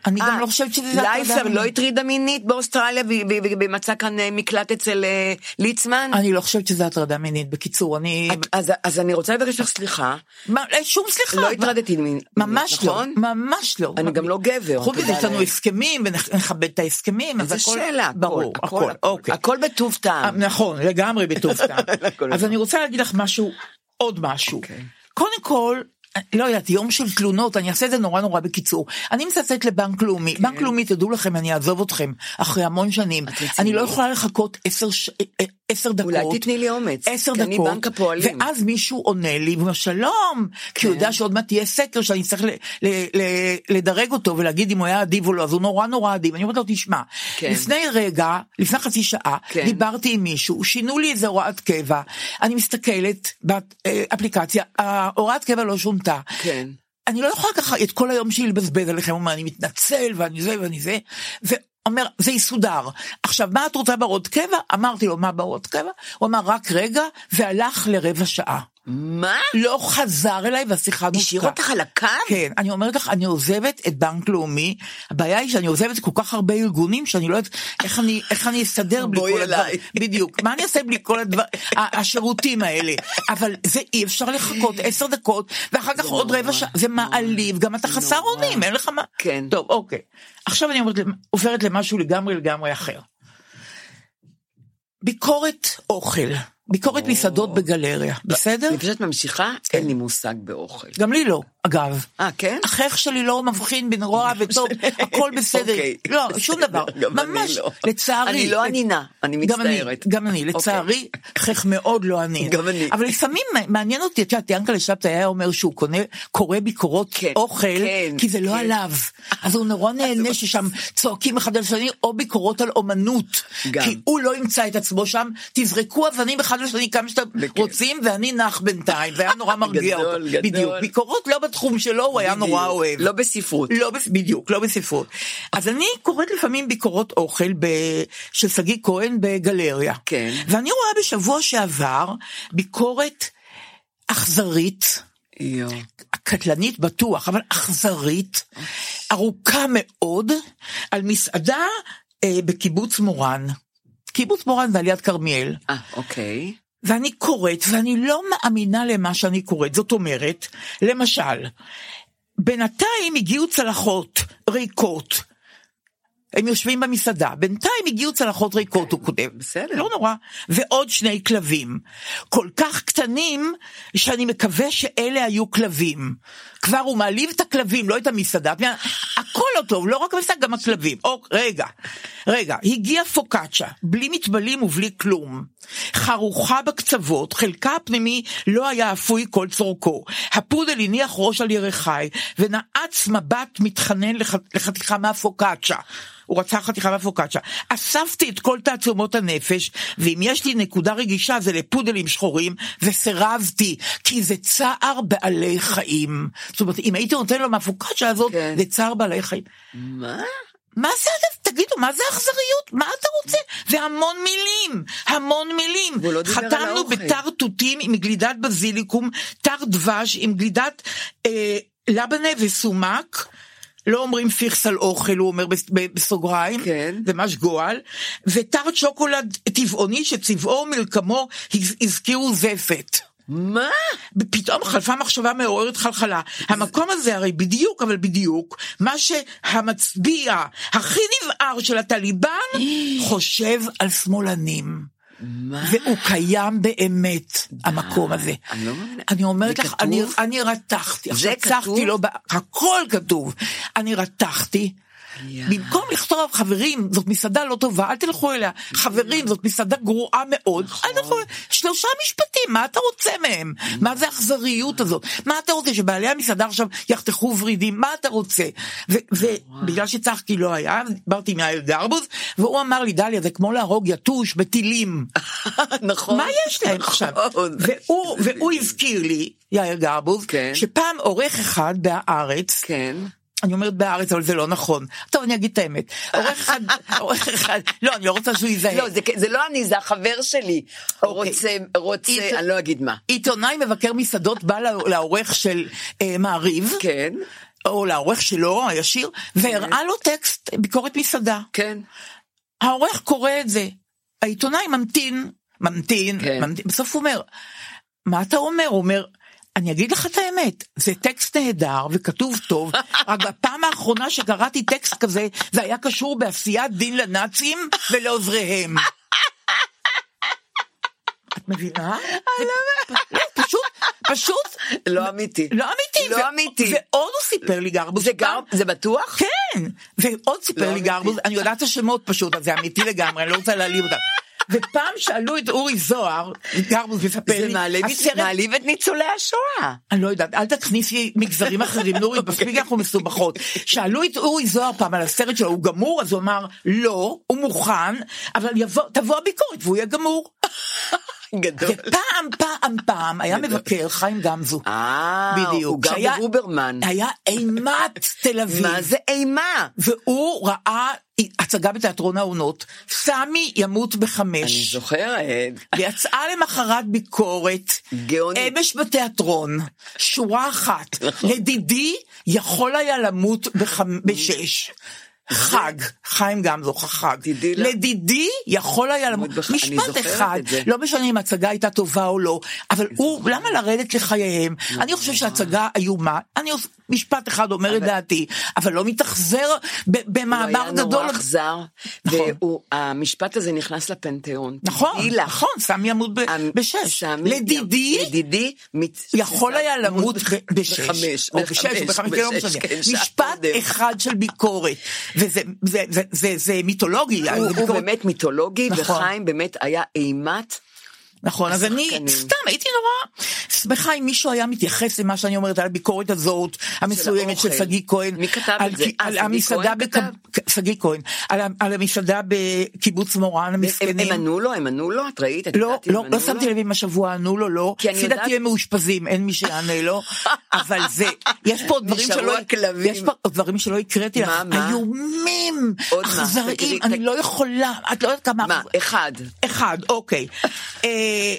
Speaker 2: אני גם
Speaker 3: אה,
Speaker 2: לא חושבת שזה הטרדה
Speaker 3: לייפר
Speaker 2: מינית.
Speaker 3: לא הטרידה מינית באוסטרליה והיא- והיא והיא מצאה כאן אה, מקלט אצל אה, ליצמן?
Speaker 2: אני לא חושבת שזה הטרדה מינית, בקיצור, אני...
Speaker 3: את- אז- אז אני רוצה לבקש לך סליחה,
Speaker 2: מה, אה, שום סליחה.
Speaker 3: לא הטרדתי מינית,
Speaker 2: ממש לא,
Speaker 3: נכון?
Speaker 2: ממש לא.
Speaker 3: אני גם לא גבר,
Speaker 2: חוץ מזה
Speaker 3: תודה
Speaker 2: יש לנו
Speaker 3: לאל.
Speaker 2: הסכמים ונכבד את ההסכמים. אז
Speaker 3: זה
Speaker 2: הכל-
Speaker 3: שאלה, הכל,
Speaker 2: לא. ברור, הכל, אוקיי.
Speaker 3: הכל בטוב
Speaker 2: אה,
Speaker 3: טעם.
Speaker 2: נכון, לגמרי בטוב טעם.
Speaker 3: הכל
Speaker 2: אז
Speaker 3: נכון.
Speaker 2: אני רוצה להגיד לך משהו, עוד משהו.
Speaker 3: אוקיי.
Speaker 2: קודם כל, לא יודעת, יום של תלונות, אני אעשה את זה נורא נורא בקיצור. אני מצטט לבנק לאומי,
Speaker 3: כן.
Speaker 2: בנק לאומי, תדעו לכם, אני אעזוב אתכם, אחרי המון שנים.
Speaker 3: רצינית?
Speaker 2: אני לא יכולה לחכות עשר ש- אה, עשר דקות.
Speaker 3: אולי תתני לי אומץ,
Speaker 2: עשר
Speaker 3: כי
Speaker 2: דקות.
Speaker 3: אני בנק הפועלים. כן.
Speaker 2: ואז מישהו עונה לי, ואומר שלום, כי הוא יודע שעוד מעט יהיה סקר שאני צריך ל- ל- ל- לדרג אותו ולהגיד אם הוא היה אדיב או לא, אז הוא נורא נורא אדיב. אני אומרת לו, תשמע,
Speaker 3: כן.
Speaker 2: לפני רגע, לפני חצי שעה,
Speaker 3: כן.
Speaker 2: דיברתי עם מישהו, שינו לי איזה הוראת קבע, אני מסתכלת באפליקציה, ההוראת קבע לא שונתה.
Speaker 3: כן.
Speaker 2: אני לא יכולה ככה את כל היום שלי לבזבז עליכם, הוא אומר, אני מתנצל ואני זה ואני זה, ואומר, זה יסודר. עכשיו, מה את רוצה בהוראות קבע? אמרתי לו, מה בהוראות קבע? הוא אמר, רק רגע, והלך לרבע שעה.
Speaker 3: מה?
Speaker 2: לא חזר אליי והשיחה נותקה.
Speaker 3: השאיר אותך על הקו?
Speaker 2: כן, אני אומרת לך, אני עוזבת את בנק לאומי, הבעיה היא שאני עוזבת כל כך הרבה ארגונים, שאני לא יודעת איך אני, איך אני אסתדר בלי
Speaker 3: בואי
Speaker 2: כל הדבר,
Speaker 3: אליי.
Speaker 2: בדיוק, מה אני אעשה בלי כל הדבר, ה- השירותים האלה, אבל זה אי אפשר לחכות עשר דקות, ואחר כך עוד רבע שעה, זה מעליב, גם אתה חסר אונים, אין לך מה,
Speaker 3: כן.
Speaker 2: טוב, אוקיי, עכשיו אני אומרת, למ- עוברת למשהו לגמרי לגמרי אחר. ביקורת אוכל, ביקורת מסעדות בגלריה, בסדר?
Speaker 3: אני פשוט ממשיכה,
Speaker 2: כן.
Speaker 3: אין לי מושג באוכל.
Speaker 2: גם לי לא, אגב.
Speaker 3: אה, כן?
Speaker 2: החייך שלי לא מבחין בין רוע וטוב, הכל בסדר.
Speaker 3: אוקיי.
Speaker 2: לא, שום דבר.
Speaker 3: גם אני
Speaker 2: ממש,
Speaker 3: לא.
Speaker 2: לצערי.
Speaker 3: אני לא ענינה, אני
Speaker 2: גם אני,
Speaker 3: מצטערת. אוקיי.
Speaker 2: גם אני, לצערי, חייך מאוד לא ענין.
Speaker 3: גם אני.
Speaker 2: אבל לפעמים מעניין אותי, את יודעת, ינקלה שבתאי היה אומר שהוא קונה, קורא ביקורות
Speaker 3: כן,
Speaker 2: אוכל,
Speaker 3: כן,
Speaker 2: כי זה לא
Speaker 3: כן.
Speaker 2: עליו. אז הוא נורא נהנה ששם צועקים אחד על השני, או ביקורות על אומנות.
Speaker 3: גם.
Speaker 2: כי הוא לא ימצא את עצמו שם, תזרקו אבנים אחד לשני כמה שאתם
Speaker 3: בכיף.
Speaker 2: רוצים, ואני נח בינתיים, והיה נורא מרגיע
Speaker 3: גדול,
Speaker 2: אותו.
Speaker 3: גדול.
Speaker 2: בדיוק, ביקורות לא בתחום שלו, הוא היה
Speaker 3: בדיוק.
Speaker 2: נורא אוהב.
Speaker 3: לא בספרות.
Speaker 2: לא, בס- בדיוק, לא בספרות. אז אני קוראת לפעמים ביקורות אוכל ב... של שגיא כהן בגלריה.
Speaker 3: כן.
Speaker 2: ואני רואה בשבוע שעבר ביקורת אכזרית,
Speaker 3: יואו.
Speaker 2: קטלנית בטוח, אבל אכזרית, ארוכה מאוד, על מסעדה אה, בקיבוץ מורן. קיבוץ מורן זה על יד כרמיאל.
Speaker 3: אה, אוקיי.
Speaker 2: ואני קוראת, ואני לא מאמינה למה שאני קוראת. זאת אומרת, למשל, בינתיים הגיעו צלחות ריקות. הם יושבים במסעדה, בינתיים הגיעו צלחות ריקות, הוא כותב.
Speaker 3: בסדר.
Speaker 2: לא נורא. ועוד שני כלבים. כל כך קטנים, שאני מקווה שאלה היו כלבים. כבר הוא מעליב את הכלבים, לא את המסעדה. את מבינה? הכל לא טוב, לא רק המסעדה, גם הכלבים. או, רגע, רגע, הגיע פוקאצ'ה, בלי מתבלים ובלי כלום. חרוכה בקצוות, חלקה הפנימי לא היה אפוי כל צורכו. הפודל הניח ראש על ירכי, ונעץ מבט מתחנן לח... לחתיכה מהפוקאצ'ה. הוא רצה חתיכה מהפוקאצ'ה. אספתי את כל תעצומות הנפש, ואם יש לי נקודה רגישה זה לפודלים שחורים, וסירבתי, כי זה צער בעלי חיים. זאת אומרת, אם הייתי נותן לו מהפוקאצ'ה הזאת,
Speaker 3: כן.
Speaker 2: זה צער בעלי חיים.
Speaker 3: מה?
Speaker 2: מה זה, תגידו, מה זה אכזריות? מה אתה רוצה? זה המון מילים, המון מילים.
Speaker 3: והוא לא דיבר על
Speaker 2: חתמנו
Speaker 3: האוכל.
Speaker 2: בתר תותים עם גלידת בזיליקום, תר דבש עם גלידת אה, לבנה וסומק. לא אומרים פיכס על אוכל, הוא אומר בס- ב- בסוגריים,
Speaker 3: כן.
Speaker 2: ממש גועל, ותר שוקולד טבעוני שצבעו ומלקמו הז- הזכירו זפת.
Speaker 3: מה?
Speaker 2: פתאום חלפה מחשבה מעוררת חלחלה. המקום הזה הרי בדיוק, אבל בדיוק, מה שהמצביע הכי נבער של הטליבן חושב על שמאלנים.
Speaker 3: מה?
Speaker 2: והוא קיים באמת, המקום הזה.
Speaker 3: אני לא מאמינה.
Speaker 2: אני אומרת
Speaker 3: זה
Speaker 2: לך,
Speaker 3: כתוב?
Speaker 2: אני- אני רתחתי,
Speaker 3: זה
Speaker 2: עכשיו
Speaker 3: כתוב?
Speaker 2: צחתי לו, ב- הכל כתוב. אני רתחתי. במקום לכתוב חברים זאת מסעדה לא טובה אל תלכו אליה חברים זאת מסעדה גרועה מאוד אל תלכו אליה." שלושה משפטים מה אתה רוצה מהם מה זה האכזריות הזאת מה אתה רוצה שבעלי המסעדה עכשיו יחתכו ורידים מה אתה רוצה ובגלל שצחקי לא היה דיברתי עם יאיר גרבוז והוא אמר לי דליה זה כמו להרוג יתוש בטילים
Speaker 3: נכון.
Speaker 2: מה יש להם עכשיו?
Speaker 3: נכון.
Speaker 2: והוא- והוא הזכיר לי, יאיר גרבוז,
Speaker 3: כן.
Speaker 2: שפעם עורך אחד בהארץ,
Speaker 3: כן.
Speaker 2: אני אומרת בהארץ אבל זה לא נכון, טוב אני אגיד את האמת, עורך אחד, עורך אחד, לא אני לא רוצה שהוא יזהה,
Speaker 3: לא, זה כ- זה לא אני, זה החבר שלי.
Speaker 2: אוקיי.
Speaker 3: רוצה, רוצה,
Speaker 2: איזה-
Speaker 3: אני לא אגיד מה.
Speaker 2: עיתונאי מבקר מסעדות בא לא- לעורך של אה, מעריב,
Speaker 3: כן,
Speaker 2: או לעורך שלו הישיר, והראה לו טקסט ביקורת מסעדה,
Speaker 3: כן.
Speaker 2: העורך קורא את זה, העיתונאי ממתין, ממתין,
Speaker 3: כן.
Speaker 2: ממתין, בסוף הוא אומר, מה אתה אומר? הוא אומר, אני אגיד לך את האמת, זה טקסט נהדר וכתוב טוב, רק בפעם האחרונה שקראתי טקסט כזה, זה היה קשור בעשיית דין לנאצים ולעוזריהם. את מבינה? זה פ- לא, פשוט, פשוט,
Speaker 3: לא אמיתי.
Speaker 2: לא אמיתי.
Speaker 3: לא
Speaker 2: ו-
Speaker 3: אמיתי.
Speaker 2: ועוד הוא סיפר לי גרבוז.
Speaker 3: זה גם,
Speaker 2: פעם-
Speaker 3: זה בטוח?
Speaker 2: כן, ועוד סיפר
Speaker 3: לא
Speaker 2: לי
Speaker 3: אמיתי.
Speaker 2: גרבוז, אני יודעת את השמות פשוט, אז זה אמיתי לגמרי, אני לא רוצה להעליב אותם. ופעם שאלו את אורי זוהר, גרבוז מספר
Speaker 3: זה
Speaker 2: לי,
Speaker 3: מעליב-
Speaker 2: הסרט-
Speaker 3: מעליב את ניצולי השואה.
Speaker 2: אני לא יודעת, אל תכניסי מגזרים אחרים, נורית,
Speaker 3: אוקיי.
Speaker 2: מספיק אנחנו מסובכות. שאלו את אורי זוהר פעם על הסרט שלו, הוא גמור? אז הוא אמר, לא, הוא מוכן, אבל יבוא- תבוא הביקורת והוא יהיה גמור.
Speaker 3: גדול.
Speaker 2: ופעם, פעם, פעם, היה מבקר חיים גמזו.
Speaker 3: אה,
Speaker 2: בדיוק.
Speaker 3: הוא גר
Speaker 2: שהיה-
Speaker 3: ברוברמן.
Speaker 2: היה אימת תל אביב.
Speaker 3: מה זה אימה?
Speaker 2: והוא ראה הצגה בתיאטרון העונות, סמי ימות
Speaker 3: אני
Speaker 2: בחמש,
Speaker 3: זוכרת.
Speaker 2: ויצאה למחרת ביקורת,
Speaker 3: גאונית. נכון.
Speaker 2: אמש בתיאטרון, שורה אחת, ידידי יכול היה למות בחמ- בשש. חג, חיים גמזו, חג.
Speaker 3: תדעי לך.
Speaker 2: לדידי יכול היה למות,
Speaker 3: בח- אני
Speaker 2: משפט
Speaker 3: זוכרת
Speaker 2: אחד,
Speaker 3: את זה.
Speaker 2: לא משנה אם ההצגה הייתה טובה או לא, אבל הוא, למה לרדת לחייהם? אני חושב שההצגה איומה, אני עוש- משפט אחד אומר את דעתי, אבל לא מתאכזר ב-
Speaker 3: הוא
Speaker 2: במאמר
Speaker 3: היה
Speaker 2: גדול.
Speaker 3: נורא אכזר,
Speaker 2: נכון.
Speaker 3: והמשפט הזה נכנס לפנתיאון.
Speaker 2: נכון,
Speaker 3: תדעי לך,
Speaker 2: נכון, סמי עמוד ב-
Speaker 3: המ-
Speaker 2: בשש.
Speaker 3: סמי-
Speaker 2: לדידי,
Speaker 3: לדידי, מצ-
Speaker 2: יכול היה למות ב- בשש,
Speaker 3: בחמש,
Speaker 2: או בשש, או בחמש, כן, לא
Speaker 3: בשש,
Speaker 2: משנה.
Speaker 3: כן, שעה
Speaker 2: משפט
Speaker 3: קודם.
Speaker 2: אחד של ביקורת, וזה זה- זה- זה- זה מיתולוגי,
Speaker 3: הוא- הוא
Speaker 2: ביקורת-
Speaker 3: באמת מיתולוגי,
Speaker 2: נכון.
Speaker 3: וחיים באמת היה אימת.
Speaker 2: נכון, אז אני
Speaker 3: השחקנים.
Speaker 2: סתם הייתי נורא שמחה אם מישהו היה מתייחס למה שאני אומרת על הביקורת הזאת, המסוימת של
Speaker 3: האוכל.
Speaker 2: שגיא כהן.
Speaker 3: מי כתב
Speaker 2: על
Speaker 3: את זה?
Speaker 2: כי-
Speaker 3: אה,
Speaker 2: על
Speaker 3: שגיא
Speaker 2: המסעדה,
Speaker 3: כהן
Speaker 2: בק- שגיא כהן, על ה- על המסעדה בקיבוץ מורן,
Speaker 3: הם הם
Speaker 2: המסכנים.
Speaker 3: ענו לו, הם ענו לו, את ראית? את
Speaker 2: לא,
Speaker 3: יודעת אם
Speaker 2: לא,
Speaker 3: ענו
Speaker 2: לא
Speaker 3: לו?
Speaker 2: שמתי לב אם השבוע ענו לו, לא.
Speaker 3: כי אני
Speaker 2: לפי
Speaker 3: יודעת-
Speaker 2: דעתי הם מאושפזים, אין מי שיענה לו. אבל זה, יש פה עוד דברים
Speaker 3: נשארו
Speaker 2: שלא...
Speaker 3: הכלבים.
Speaker 2: יש פה עוד דברים שלא הקראתי לך.
Speaker 3: מה, מה?
Speaker 2: איומים,
Speaker 3: עוד מה? תגידי,
Speaker 2: אכזריים, אני
Speaker 3: תג-
Speaker 2: לא יכולה, את לא יודעת כמה...
Speaker 3: מה,
Speaker 2: אכזר-
Speaker 3: אחד.
Speaker 2: אחד, אוקיי. אה,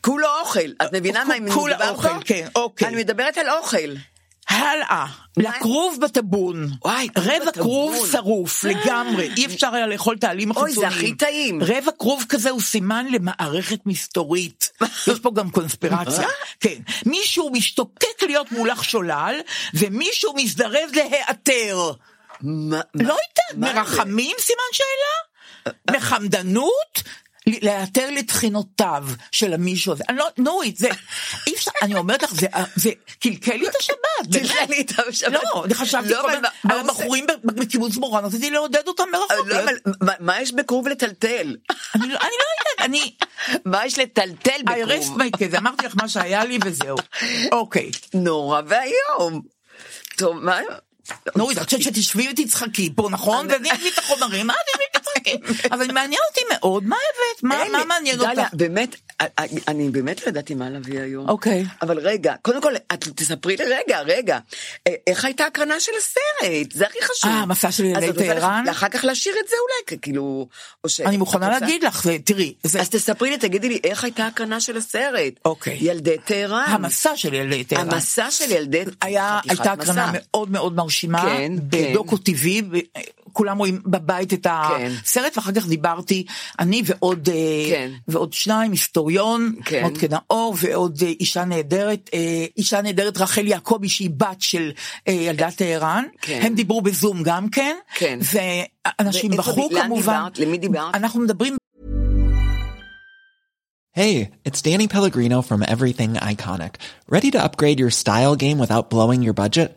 Speaker 3: כולו אוכל. את מבינה מה אם מדובר פה?
Speaker 2: כולו אוכל, כן, אוקיי.
Speaker 3: אני מדברת על אוכל.
Speaker 2: הלאה, לכרוב בטבון.
Speaker 3: וואי, כרוב
Speaker 2: רבע
Speaker 3: בטבון. אה.
Speaker 2: כרוב שרוף לגמרי, אי אפשר היה לאכול את העלים
Speaker 3: אוי,
Speaker 2: החיצוניים.
Speaker 3: זה הכי טעים.
Speaker 2: רבע כרוב כזה הוא סימן למערכת מסתורית. יש פה גם קונספירציה. כן. מישהו משתוקק להיות מולך שולל, ומישהו מזדרז להיעתר.
Speaker 3: מה- מה-
Speaker 2: לא יודעת,
Speaker 3: מה זה?
Speaker 2: מרחמים סימן שאלה? מחמדנות? ל- לאתר לתחינותיו של המישהו הזה, אני לא, נורית, זה, אי אפשר, אני אומרת לך, זה, זה קלקל לי את השבת, באמת.
Speaker 3: קלקל לי את השבת.
Speaker 2: לא, אני חשבתי
Speaker 3: לא,
Speaker 2: כל
Speaker 3: אבל
Speaker 2: הזמן
Speaker 3: מה-
Speaker 2: על
Speaker 3: מה הוא עושה?
Speaker 2: הבחורים ב- בקיבוץ מורן, רציתי לעודד אותם מרחוק,
Speaker 3: לא, אבל מה- מה יש בכרוב לטלטל?
Speaker 2: אני לא אני לא יודעת, אני,
Speaker 3: מה יש לטלטל
Speaker 2: I rest
Speaker 3: בכרוב?
Speaker 2: my case, אמרתי לך מה שהיה לי וזהו, אוקיי.
Speaker 3: נורא ואיום. טוב, מה...
Speaker 2: נורית, את חושבת שתשבי ותצחקי פה, נכון? ואני אביא את החומרים, את תביא את הצחקים. אבל מעניין אותי מאוד, מה הבאת? מה-
Speaker 3: אלה,
Speaker 2: מה מעניין
Speaker 3: דליה,
Speaker 2: אותך?
Speaker 3: באמת, אני- אני באמת לא ידעתי מה להביא היום.
Speaker 2: אוקיי.
Speaker 3: אבל רגע, קודם כל, את תספרי לי, רגע, רגע, אה, איך הייתה הקרנה של הסרט? זה הכי חשוב.
Speaker 2: אה, המסע שלי
Speaker 3: אז
Speaker 2: אלי
Speaker 3: את רוצה
Speaker 2: טהרן?
Speaker 3: לך- אחר כך להשאיר את זה אולי, כ- כאילו... או ש-
Speaker 2: אני
Speaker 3: את
Speaker 2: מוכנה
Speaker 3: רוצה-
Speaker 2: להגיד לך, זה- תראי, זה
Speaker 3: אז תספרי לי, תגידי לי, איך הייתה הקרנה של הסרט?
Speaker 2: אוקיי.
Speaker 3: ילדי טהרן.
Speaker 2: המסע שלי אלי טהרן.
Speaker 3: המסע של ילדי...
Speaker 2: היה,
Speaker 3: חתיכת
Speaker 2: הייתה הקרנה
Speaker 3: מסע.
Speaker 2: מאוד מאוד מרשימה,
Speaker 3: כן,
Speaker 2: בדוקו
Speaker 3: כן.
Speaker 2: טבעי, ב- כולם רואים בבית את
Speaker 3: כן.
Speaker 2: הסרט, ואחר כך דיברתי, אני ועוד, אה,
Speaker 3: כן.
Speaker 2: ועוד שניים, היסטוריון,
Speaker 3: כן.
Speaker 2: מודקה נאור, ועוד אה, אישה נהדרת, אה, אישה נהדרת רחל יעקבי, שהיא בת של אה, ילדת טהרן,
Speaker 3: כן.
Speaker 2: הם דיברו בזום גם כן,
Speaker 3: כן.
Speaker 2: ואנשים
Speaker 3: ואיפה
Speaker 2: בחרו
Speaker 3: די- לאן
Speaker 2: כמובן,
Speaker 3: דיברת? למי דיברת?
Speaker 2: אנחנו מדברים
Speaker 4: Hey, it's Danny Pellegrino from Everything Iconic. Ready to upgrade your style game without blowing your budget?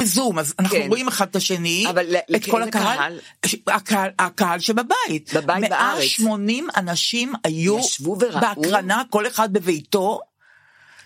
Speaker 2: בזום, אז אנחנו
Speaker 3: כן.
Speaker 2: רואים אחד את השני,
Speaker 3: אבל ל-
Speaker 2: את
Speaker 3: לכאילו
Speaker 2: כל הקהל,
Speaker 3: קהל?
Speaker 2: ש- הקהל, הקהל שבבית.
Speaker 3: בבית בארץ.
Speaker 2: 180 אנשים היו
Speaker 3: ישבו וראו?
Speaker 2: בהקרנה, כל אחד בביתו,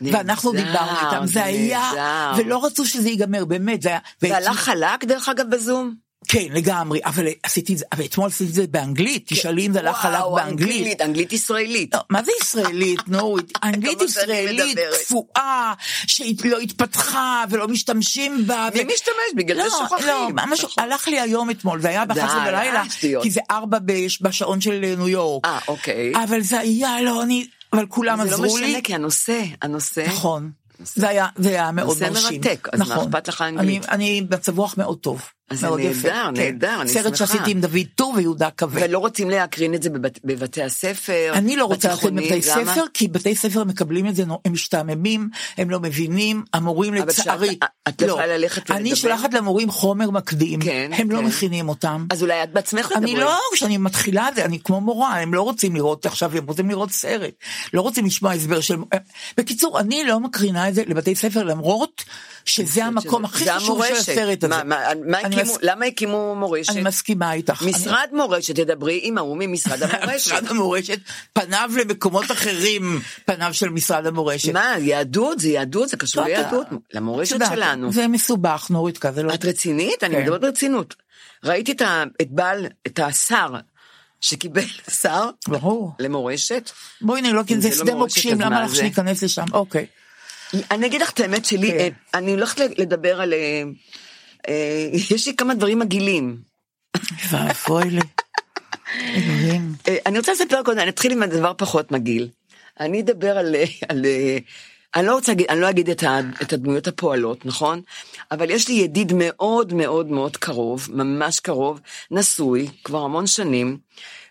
Speaker 3: נהדר,
Speaker 2: ואנחנו דיברנו איתם, זה היה,
Speaker 3: נהדר.
Speaker 2: ולא רצו שזה ייגמר, באמת, זה היה,
Speaker 3: זה הלך חלק, דרך אגב, בזום?
Speaker 2: כן, לגמרי, אבל עשיתי את זה, אבל אתמול עשיתי את זה באנגלית, תשאלי אם זה הלך חלק
Speaker 3: כן. וואו,
Speaker 2: באנגלית.
Speaker 3: אנגלית, אנגלית ישראלית.
Speaker 2: לא, מה זה ישראלית, נורית? אנגלית
Speaker 3: כמה שאני
Speaker 2: ישראלית
Speaker 3: מדברת.
Speaker 2: קפואה, שלא התפתחה ולא משתמשים בה.
Speaker 3: מי
Speaker 2: ו-
Speaker 3: משתמש? בגלל זה שוכחים.
Speaker 2: לא, ממש,
Speaker 3: נכון.
Speaker 2: הלך לי היום אתמול, זה היה ב-11
Speaker 3: די,
Speaker 2: בלילה,
Speaker 3: אה, שטויות.
Speaker 2: כי זה ארבע בש- בשעון של אה, ניו יורק.
Speaker 3: אה, אוקיי.
Speaker 2: אבל זה היה, לא, אני, אבל כולם
Speaker 3: זה לא
Speaker 2: עזרו לי.
Speaker 3: משנה, כי הנושא, הנושא...
Speaker 2: נכון. זה היה, זה היה מאוד
Speaker 3: נושא
Speaker 2: מרשים.
Speaker 3: מרתק, אז מה
Speaker 2: נכון.
Speaker 3: אכפת לך אנגלית?
Speaker 2: אני, אני במצב רוח מאוד טוב.
Speaker 3: אז זה
Speaker 2: מאוד
Speaker 3: נהדר,
Speaker 2: יפה, כן.
Speaker 3: נהדר, אני
Speaker 2: סרט
Speaker 3: שמחה.
Speaker 2: שעשיתי עם דוד טור ויהודה כבד.
Speaker 3: ולא רוצים להקרין את זה בבת, בבתי הספר,
Speaker 2: אני לא רוצה להתחיל
Speaker 3: בתיכונים,
Speaker 2: מבתי
Speaker 3: למה?
Speaker 2: ספר, כי בתי ספר מקבלים את זה, נו- הם משתעממים, הם לא מבינים, המורים
Speaker 3: אבל
Speaker 2: לצערי,
Speaker 3: כשאת- את לא יכולה ללכת
Speaker 2: אני
Speaker 3: לדבר?
Speaker 2: שולחת למורים חומר מקדים,
Speaker 3: כן,
Speaker 2: הם לא
Speaker 3: כן.
Speaker 2: מכינים אותם.
Speaker 3: אז אולי את בעצמך
Speaker 2: אני
Speaker 3: תדברי.
Speaker 2: לא, כשאני מתחילה את זה, אני כמו מורה, הם לא רוצים לראות עכשיו, הם רוצים לראות סרט. לא רוצים לשמוע הסבר של... אה, בקיצור, אני לא מקרינה את זה לבתי ספר, למרות שזה המקום הכי
Speaker 3: זה
Speaker 2: חשוב של
Speaker 3: המורשת.
Speaker 2: הסרט הזה.
Speaker 3: מה- מה- מה
Speaker 2: אני
Speaker 3: הקימו-
Speaker 2: מס-
Speaker 3: למה הקימו מורשת?
Speaker 2: אני מסכימה איתך. אני-
Speaker 3: משרד מורשת, תדברי עם ההוא ממשרד המורשת.
Speaker 2: משרד המורשת, פניו למקומות אחרים, פניו של משרד המורשת.
Speaker 3: מה, יהדות, זה יהדות, זה קשור
Speaker 2: לא, אתה-
Speaker 3: ליהדות, למורשת
Speaker 2: את יודעת,
Speaker 3: שלנו.
Speaker 2: זה מסובך, נורית כזה, לא...
Speaker 3: את רצינית? אני
Speaker 2: כן.
Speaker 3: מדברת ברצינות. ראיתי את ה- את בעל, את השר, שקיבל שר
Speaker 2: ברור.
Speaker 3: למורשת.
Speaker 2: בואי נראה,
Speaker 3: אם
Speaker 2: כי זה
Speaker 3: זה לא
Speaker 2: שדה
Speaker 3: מורשת,
Speaker 2: מוקשים,
Speaker 3: אז
Speaker 2: למה
Speaker 3: מה
Speaker 2: לך
Speaker 3: זה?
Speaker 2: שניכנס לשם? אוקיי.
Speaker 3: אני אגיד לך את האמת שלי,
Speaker 2: כן.
Speaker 3: אה, אני הולכת לדבר על... אה, אה, יש לי כמה דברים מגעילים.
Speaker 2: ואבוי לי. אלוהים.
Speaker 3: אה, אני רוצה לספר קודם, אני אתחיל עם הדבר פחות מגעיל. אני אדבר על... אה, על אה, אני לא רוצה להגיד, אני לא אגיד את, ה, את הדמויות הפועלות, נכון? אבל יש לי ידיד מאוד מאוד מאוד קרוב, ממש קרוב, נשוי, כבר המון שנים,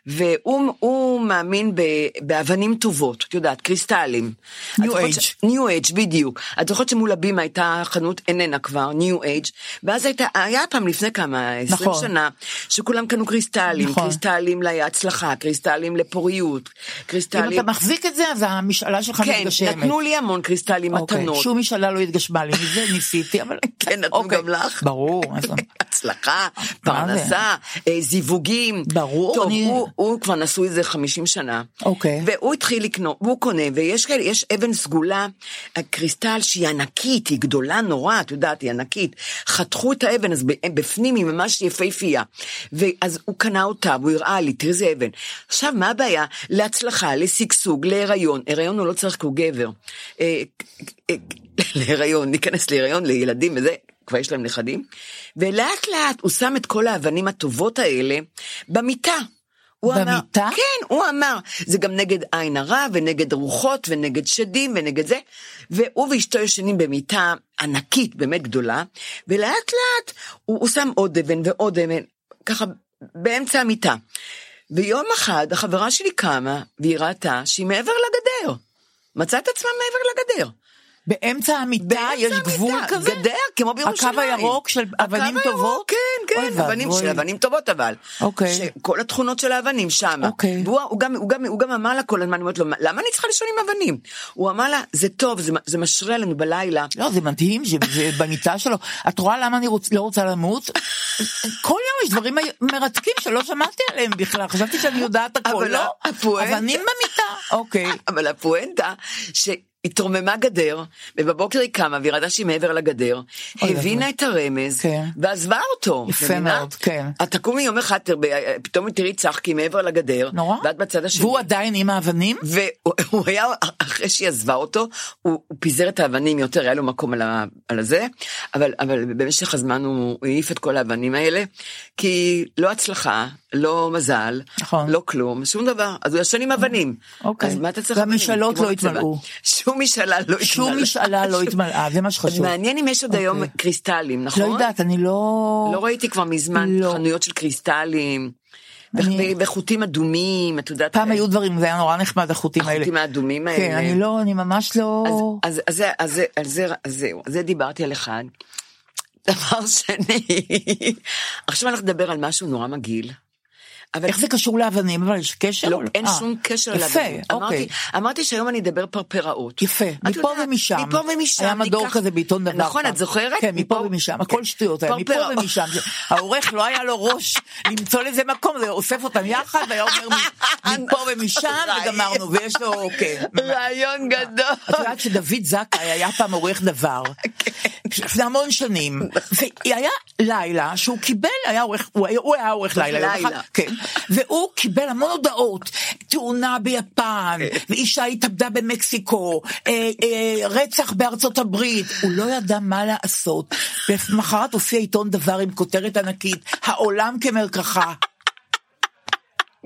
Speaker 3: והוא הוא מאמין ב, באבנים טובות, את יודעת, קריסטלים.
Speaker 2: New
Speaker 3: את זוכרת
Speaker 2: Age.
Speaker 3: ש- ניו אייג' בדיוק. את זוכרת שמול הבימה הייתה חנות איננה כבר, ניו אייג', ואז הייתה, היה פעם לפני כמה, 20
Speaker 2: נכון.
Speaker 3: שנה, שכולם קנו קריסטלים,
Speaker 2: נכון.
Speaker 3: קריסטלים להצלחה, קריסטלים לפוריות,
Speaker 2: אם אתה
Speaker 3: קריסטלים...
Speaker 2: מחזיק את זה, אז המשאלה שלך
Speaker 3: כן,
Speaker 2: מתגשמת.
Speaker 3: נתנו לי המון קריסטלים
Speaker 2: אוקיי,
Speaker 3: מתנות.
Speaker 2: שום משאלה לא התגשמה לי, מזה ניסיתי, אבל...
Speaker 3: כן, נתנו
Speaker 2: אוקיי,
Speaker 3: גם לך.
Speaker 2: ברור. אז-
Speaker 3: הצלחה, פרנסה, אה, זיווגים.
Speaker 2: ברור,
Speaker 3: טוב,
Speaker 2: אני-
Speaker 3: הוא, הוא כבר נשוי איזה 50 שנה.
Speaker 2: אוקיי.
Speaker 3: והוא התחיל לקנות, הוא קונה, ויש כאלה, יש אבן סגולה, קריסטל שהיא ענקית, היא גדולה נורא, את יודעת, היא ענקית. חתכו את האבן, אז בפנים היא ממש יפהפייה. ואז הוא קנה אותה, והוא הראה לי, תראי איזה אבן. עכשיו, מה הבעיה? להצלחה, לשגשוג, להיריון. הריון הוא לא צריך כי הוא גבר. אה, אה, להיריון, ניכנס להיריון, לילדים וזה. כבר יש להם נכדים, ולאט לאט הוא שם את כל האבנים הטובות האלה במיטה. הוא
Speaker 2: במיטה?
Speaker 3: אמר, כן, הוא אמר, זה גם נגד עין הרע ונגד רוחות ונגד שדים ונגד זה, והוא ואשתו ישנים במיטה ענקית, באמת גדולה, ולאט לאט הוא, הוא שם עוד אבן ועוד אבן, ככה באמצע המיטה. ויום אחד החברה שלי קמה והיא ראתה שהיא מעבר לגדר, מצאה את עצמה מעבר לגדר.
Speaker 2: באמצע המיטה
Speaker 3: באמצע
Speaker 2: יש
Speaker 3: המיטה,
Speaker 2: גבול כזה?
Speaker 3: גדר, כמו בירושלים.
Speaker 2: הקו הירוק של
Speaker 3: הקו
Speaker 2: אבנים
Speaker 3: הירוק,
Speaker 2: טובות?
Speaker 3: כן,
Speaker 2: אוי
Speaker 3: כן, אבנים
Speaker 2: ואבוי.
Speaker 3: של אבנים טובות אבל.
Speaker 2: אוקיי.
Speaker 3: שכל התכונות של האבנים שם.
Speaker 2: אוקיי.
Speaker 3: והוא הוא גם, הוא גם, הוא גם אמר לה כל הזמן, אני אומרת לו, "מה- למה אני צריכה לישון עם אבנים? הוא אמר לה, זה טוב, זה, זה משרה לנו בלילה.
Speaker 2: לא, זה מדהים שבמיטה שלו, את רואה למה אני רוצ, לא רוצה למות? כל יום יש דברים מרתקים שלא שמעתי עליהם בכלל, חשבתי שאני יודעת הכל,
Speaker 3: אבל
Speaker 2: לא?
Speaker 3: הפואנטה-
Speaker 2: אבנים במיטה, אוקיי.
Speaker 3: אבל הפואנטה, שהתרוממה גדר, ובבוקר היא קמה והיא ראתה שהיא מעבר לגדר,
Speaker 2: אוי
Speaker 3: הבינה
Speaker 2: ואבוי.
Speaker 3: את הרמז,
Speaker 2: כן.
Speaker 3: ועזבה אותו.
Speaker 2: יפה
Speaker 3: מבינה?
Speaker 2: מאוד, כן.
Speaker 3: את תקומי יום אחד, תראה, פתאום תראי צחקי מעבר לגדר,
Speaker 2: נורא.
Speaker 3: ואת בצד השני.
Speaker 2: והוא עדיין עם האבנים?
Speaker 3: והוא היה, אחרי שהיא עזבה אותו, הוא, הוא פיזר את האבנים יותר, היה לו מקום על, ה, על הזה, אבל, אבל במשך הזמן הוא הוא העיף את כל האבנים האלה, כי לא הצלחה, לא מזל,
Speaker 2: נכון.
Speaker 3: לא כלום, שום דבר, אז הוא ישן עם אבנים.
Speaker 2: אוקיי.
Speaker 3: אז מה אתה צריך אבנים?
Speaker 2: והמשאלות
Speaker 3: כמו
Speaker 2: לא
Speaker 3: הצבא.
Speaker 2: התמלאו.
Speaker 3: שום משאלה לא התמלאה.
Speaker 2: שום משאלה לא
Speaker 3: שום-
Speaker 2: התמלאה, זה מה שחשוב.
Speaker 3: מעניין אם יש עוד
Speaker 2: אוקיי.
Speaker 3: היום קריסטלים, נכון?
Speaker 2: לא יודעת, אני לא...
Speaker 3: לא ראיתי כבר מזמן
Speaker 2: לא.
Speaker 3: חנויות של קריסטלים, ו-
Speaker 2: אני-
Speaker 3: ו- וחוטים אדומים, את יודעת.
Speaker 2: פעם היו דברים, זה היה נורא נחמד, החוטים האלה.
Speaker 3: החוטים האדומים האלה.
Speaker 2: כן, אני לא, אני ממש לא...
Speaker 3: אז, אז, אז, זה- אז, זה- אז, זה- אז זהו, זה דיברתי על אחד. דבר שני, עכשיו אנחנו נדבר על משהו נורא מגעיל. אבל
Speaker 2: איך זה קשור לאבנים? אבל יש קשר?
Speaker 3: לא,
Speaker 2: או
Speaker 3: אין
Speaker 2: אה,
Speaker 3: שום קשר
Speaker 2: יפה,
Speaker 3: לאבנים.
Speaker 2: אוקיי.
Speaker 3: אמרתי, אמרתי שהיום אני אדבר פרפראות.
Speaker 2: יפה,
Speaker 3: את
Speaker 2: מפה
Speaker 3: יודעת,
Speaker 2: ומשם.
Speaker 3: מפה ומשם.
Speaker 2: היה מדור
Speaker 3: ניקח-
Speaker 2: כזה בעיתון דבר.
Speaker 3: נכון,
Speaker 2: פעם.
Speaker 3: את זוכרת?
Speaker 2: כן, מפה ומשם, הכל
Speaker 3: כן.
Speaker 2: שטויות היה, מפה
Speaker 3: פרפראות.
Speaker 2: ומשם. העורך לא היה לו ראש למצוא לזה מקום, זה אוסף אותם יחד, והיה אומר "מ- מפה ומשם,
Speaker 3: רעיון.
Speaker 2: וגמרנו, ויש לו, אוקיי.
Speaker 3: רעיון
Speaker 2: את
Speaker 3: גדול. כן.
Speaker 2: יודעת שדוד זכאי היה פעם עורך דבר, לפני המון שנים, והיה לילה שהוא קיבל, היה עורך, הוא היה- הוא היה עורך לילה, יום אחד,
Speaker 3: לילה.
Speaker 2: כן, והוא קיבל המון הודעות, תאונה ביפן, ואישה התאבדה במקסיקו, אה, אה, רצח בארצות הברית, הוא לא ידע מה לעשות, למחרת הופיע עיתון דבר עם כותרת ענקית, העולם כמרקחה.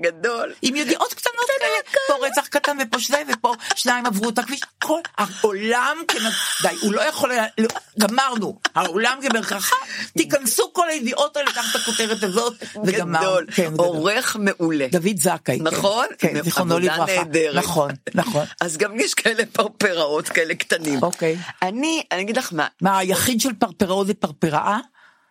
Speaker 3: גדול.
Speaker 2: עם ידיעות קטנות כאלה, פה רצח קטן ופה שני ופה שניים עברו את הכביש, כל העולם כמ... די, הוא לא יכול היה, לא, גמרנו, העולם כמרקחה, תיכנסו כל הידיעות האלה תחת הכותרת הזאת, וגמרנו.
Speaker 3: גדול.
Speaker 2: כן, גדול.
Speaker 3: עורך מעולה.
Speaker 2: דוד זכאי, כן.
Speaker 3: נכון?
Speaker 2: כן, זיכרונו
Speaker 3: עבודה
Speaker 2: לברכה,
Speaker 3: נהדרת.
Speaker 2: נכון, נכון.
Speaker 3: אז גם יש כאלה פרפראות כאלה קטנים.
Speaker 2: אוקיי.
Speaker 3: אני, אני אגיד לך מה,
Speaker 2: מה, היחיד של פרפראות זה פרפראה?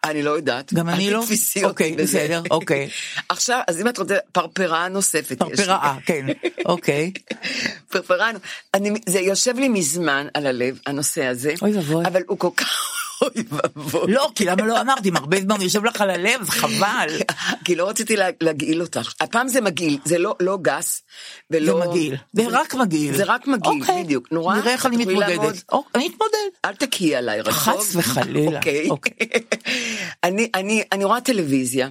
Speaker 3: אני לא יודעת.
Speaker 2: גם
Speaker 3: אל
Speaker 2: אני לא?
Speaker 3: תתפסי אותי
Speaker 2: אוקיי,
Speaker 3: בזה.
Speaker 2: בסדר, אוקיי.
Speaker 3: עכשיו, אז אם את רוצה, פרפרה נוספת. יש לי.
Speaker 2: פרפראה, כן, אוקיי.
Speaker 3: פרפרה, אני, זה יושב לי מזמן על הלב, הנושא הזה.
Speaker 2: אוי ואבוי.
Speaker 3: אבל הוא כל כך... אוי ואבוי.
Speaker 2: לא, כי למה לא אמרתי, אם הרבה זמן יושב לך על הלב, חבל.
Speaker 3: כי לא רציתי לה, להגעיל אותך. הפעם זה מגעיל, זה לא, לא גס ולא...
Speaker 2: זה מגעיל, זה רק מגעיל.
Speaker 3: לא. זה רק מגעיל,
Speaker 2: אוקיי.
Speaker 3: בדיוק. נורא.
Speaker 2: נראה איך אני
Speaker 3: תוכלי לעמוד.
Speaker 2: מתמודדת. אוק, אני אתמודד.
Speaker 3: אל תקיעי עליי רחוב.
Speaker 2: חס וחלילה.
Speaker 3: אוקיי.
Speaker 2: אוקיי.
Speaker 3: אני, אני, אני רואה טלוויזיה,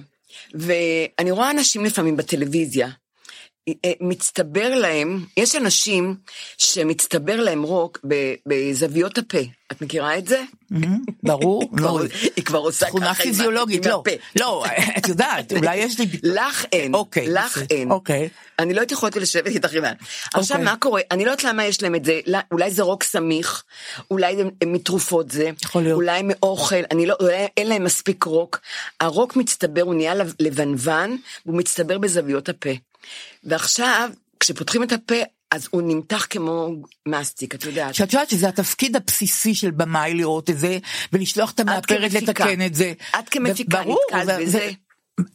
Speaker 3: ואני רואה אנשים לפעמים בטלוויזיה, אה, מצטבר להם, יש אנשים שמצטבר להם רוק ב- בזוויות הפה. את מכירה את זה?
Speaker 2: ברור.
Speaker 3: כבר-
Speaker 2: לא.
Speaker 3: היא כבר עושה ככה.
Speaker 2: תכונה
Speaker 3: עם ה-
Speaker 2: פיזיולוגית,
Speaker 3: עם
Speaker 2: לא.
Speaker 3: הפה.
Speaker 2: לא, את יודעת, אולי יש לי...
Speaker 3: אוקיי. לך אין,
Speaker 2: אוקיי,
Speaker 3: לך
Speaker 2: בסדר.
Speaker 3: אין.
Speaker 2: אוקיי.
Speaker 3: אני לא הייתי יכולת לשבת איתך עם ה... עכשיו,
Speaker 2: אוקיי.
Speaker 3: מה קורה? אני לא יודעת למה יש להם את זה, לא- אולי זה רוק סמיך, אולי זה מתרופות זה,
Speaker 2: יכול להיות.
Speaker 3: אולי מאוכל, אני לא, אולי אין להם מספיק רוק. הרוק מצטבר, הוא נהיה לב- לבנוון, הוא מצטבר בזוויות הפה. ועכשיו, כשפותחים את הפה, אז הוא נמתח כמו מסטיק, את יודעת.
Speaker 2: שאת יודעת שזה התפקיד הבסיסי של במאי לראות את זה, ולשלוח את המאפרת
Speaker 3: כמפיקה.
Speaker 2: לתקן את זה.
Speaker 3: את כמפיקה
Speaker 2: ברור,
Speaker 3: נתקלת
Speaker 2: זה-
Speaker 3: בזה?
Speaker 2: זה-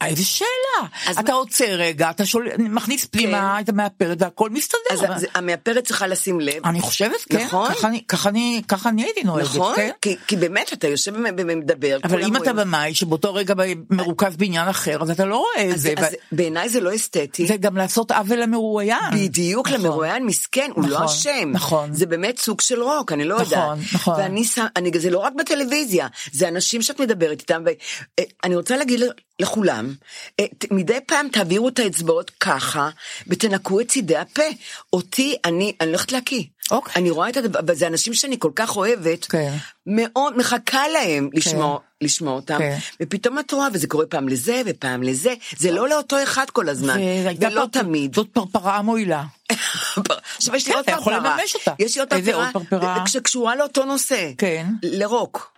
Speaker 2: אה, איזה שאלה.
Speaker 3: אז
Speaker 2: אתה
Speaker 3: מה- כן.
Speaker 2: עוצר רגע, אתה שול... מכניס פנימה את המאפרת והכל מסתדר.
Speaker 3: אז זה- המאפרת צריכה לשים לב.
Speaker 2: אני חושבת, כן.
Speaker 3: נכון.
Speaker 2: ככה אני- ככה אני- ככה אני הייתי נוהגת,
Speaker 3: נכון?
Speaker 2: כן.
Speaker 3: כי- כי באמת, אתה יושב ומדבר.
Speaker 2: אבל אם אתה במאי שבאותו רגע ב- מרוכז בעניין אחר, אז אתה לא רואה את
Speaker 3: זה...
Speaker 2: זה. ו-
Speaker 3: בעיניי זה לא אסתטי.
Speaker 2: זה גם לעשות עוול למרואיין.
Speaker 3: בדיוק,
Speaker 2: נכון.
Speaker 3: למרואיין מסכן, הוא לא
Speaker 2: נכון,
Speaker 3: אשם.
Speaker 2: נכון.
Speaker 3: זה באמת סוג של רוק, אני לא
Speaker 2: נכון,
Speaker 3: יודעת.
Speaker 2: נכון.
Speaker 3: ואני שם, אני- זה לא רק בטלוויזיה, זה אנשים שאת מדברת איתם, ואני רוצה להגיד לכולם, אה, ת- מדי פעם תעבירו את האצבעות ככה, ותנקו את צידי הפה. אותי, אני, אני הולכת להקיא.
Speaker 2: אוקיי.
Speaker 3: אני רואה את הדבר, אבל זה אנשים שאני כל כך אוהבת,
Speaker 2: כן.
Speaker 3: מאוד מחכה להם לשמוע, לשמוע אותם,
Speaker 2: כן.
Speaker 3: ופתאום את רואה, וזה קורה פעם לזה ופעם לזה, זה לא לאותו אחד כל הזמן,
Speaker 2: והייתה
Speaker 3: ולא
Speaker 2: פרפ-
Speaker 3: תמיד.
Speaker 2: זאת פרפרה מועילה.
Speaker 3: עכשיו יש לי
Speaker 2: כן,
Speaker 3: עוד
Speaker 2: אתה
Speaker 3: פרפרה.
Speaker 2: יכול לממש אותה.
Speaker 3: יש לי עוד
Speaker 2: איזה
Speaker 3: פרפרה.
Speaker 2: עוד פרפרה?
Speaker 3: שקשורה לאותו נושא.
Speaker 2: כן.
Speaker 3: לרוק.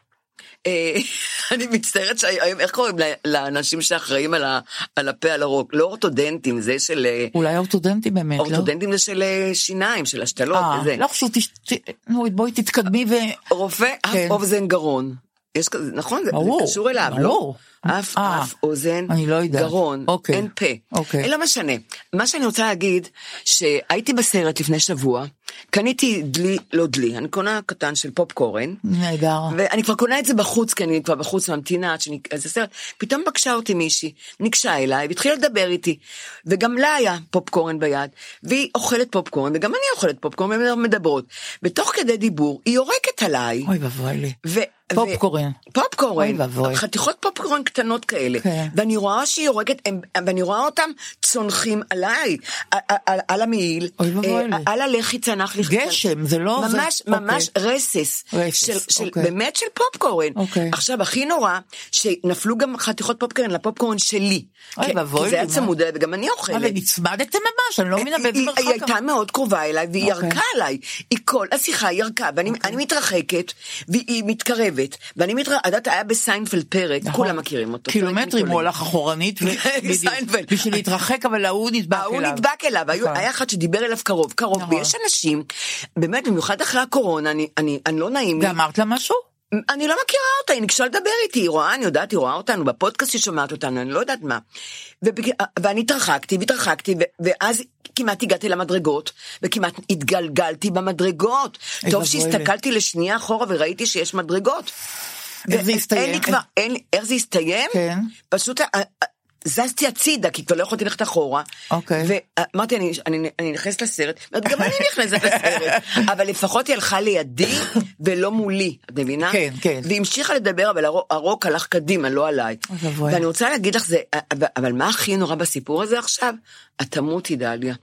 Speaker 3: אה, אני מצטערת שהיום, איך קוראים ל- לאנשים שאחראים על ה- על הפה, על הרוק? לא אורתודנטים, זה של... אה,
Speaker 2: אולי האורתודנטים באמת, לא?
Speaker 3: אורתודנטים זה של אה, שיניים, של השתלות
Speaker 2: אה,
Speaker 3: וזה.
Speaker 2: לא חשוב, תש- ת- נו, בואי תתקדמי ו...
Speaker 3: רופא אף
Speaker 2: כן.
Speaker 3: אוזן גרון. יש כזה, נכון? זה-
Speaker 2: ברור,
Speaker 3: זה קשור אליו, לא?
Speaker 2: ברור.
Speaker 3: אף
Speaker 2: אה,
Speaker 3: אף אוזן
Speaker 2: אני לא יודעת.
Speaker 3: גרון,
Speaker 2: אוקיי.
Speaker 3: אין פה.
Speaker 2: אוקיי.
Speaker 3: לא משנה. מה שאני רוצה להגיד, שהייתי בסרט לפני שבוע, קניתי דלי, לא דלי, אני קונה קטן של פופקורן.
Speaker 2: נהדר.
Speaker 3: ואני כבר קונה את זה בחוץ, כי אני כבר בחוץ ממתינה עד שאני... אז הסרט, פתאום פגשה אותי מישהי, ניגשה אליי, והתחילה לדבר איתי. וגם לה היה פופקורן ביד, והיא אוכלת פופקורן, וגם אני אוכלת פופקורן, והן מדברות. ותוך כדי דיבור, היא יורקת עליי.
Speaker 2: אוי ואבוי לי.
Speaker 3: ו- ו-
Speaker 2: פופקורן.
Speaker 3: פופקורן,
Speaker 2: אוי ואבוי.
Speaker 3: חתיכות פופקורן קטנות כאלה,
Speaker 2: כן.
Speaker 3: ואני רואה שהיא יורקת, הם- ואני רואה אותם צונחים עליי, ע- ע- על- על המעיל,
Speaker 2: אוי ואבוי
Speaker 3: אה,
Speaker 2: לי.
Speaker 3: על הלחי צנח לי,
Speaker 2: גשם, זה לא- זה-
Speaker 3: ממש,
Speaker 2: אוקיי.
Speaker 3: ממש רסס,
Speaker 2: רסס,
Speaker 3: של- של-
Speaker 2: אוקיי.
Speaker 3: באמת של פופקורן,
Speaker 2: אוקיי.
Speaker 3: עכשיו הכי נורא, שנפלו גם חתיכות פופקורן לפופקורן שלי,
Speaker 2: אוי
Speaker 3: כי-
Speaker 2: ואבוי
Speaker 3: כי זה
Speaker 2: לי,
Speaker 3: היה
Speaker 2: מה?
Speaker 3: צמוד אליי וגם אני
Speaker 2: אה,
Speaker 3: אוכלת.
Speaker 2: ונצמדתם ממש, אני לא מבינה באיזה
Speaker 3: היא-
Speaker 2: מרחק.
Speaker 3: היא הייתה מאוד קרובה אליי, והיא
Speaker 2: אוקיי.
Speaker 3: ירקה עליי. היא כל השיחה היא ירקה, ואני אני מתרחקת, והיא מתקרבת, ואני מתרחקת, את יודעת, היה בסיינפלד פרק,
Speaker 2: נכון.
Speaker 3: כולם מכירים אותו. פרק
Speaker 2: קילומטרים
Speaker 3: עם
Speaker 2: הוא
Speaker 3: כולם.
Speaker 2: הלך אחורנית, ו- בדיוק.
Speaker 3: סיינפלד.
Speaker 2: בשביל להתרחק, אבל ההוא נדבק אליו.
Speaker 3: ההוא נדבק אליו, היו-
Speaker 2: נכון.
Speaker 3: היה אחד שדיבר אליו קרוב, קרוב,
Speaker 2: נכון.
Speaker 3: ויש אנשים, באמת, במיוחד אחרי הקורונה, אני- אני אני לא נעים לי,
Speaker 2: ואמרת לה משהו?
Speaker 3: אני לא מכירה אותה, היא ניגשה לדבר איתי, היא רואה, אני יודעת, היא רואה אותנו, בפודקאסט היא שומעת אותנו, אני לא יודעת מה. ובג- ואני התרחקתי והתרחקתי, ו- ואז כמעט הגעתי למדרגות, וכמעט התגלגלתי במדרגות.
Speaker 2: אוי
Speaker 3: טוב
Speaker 2: ואבוי
Speaker 3: שהסתכלתי לשנייה אחורה וראיתי שיש מדרגות.
Speaker 2: איך זה
Speaker 3: ו-
Speaker 2: הסתיים?
Speaker 3: אין לי כבר, אין לי, איך זה הסתיים?
Speaker 2: כן.
Speaker 3: פשוט... אה, אה, זזתי הצידה, כי כבר לא יכולתי ללכת אחורה.
Speaker 2: אוקיי.
Speaker 3: ואמרתי, אני, אני, אני נכנסת לסרט, אומרת, גם אני נכנסת לסרט, אבל לפחות היא הלכה לידי ולא מולי, את מבינה?
Speaker 2: כן, כן.
Speaker 3: והיא המשיכה לדבר, אבל הרו- הרוק הלך קדימה, לא עליי.
Speaker 2: אוי ואבוי.
Speaker 3: ואני רוצה להגיד לך, זה, אבל- אבל מה הכי נורא בסיפור הזה עכשיו? התמות היא דליה.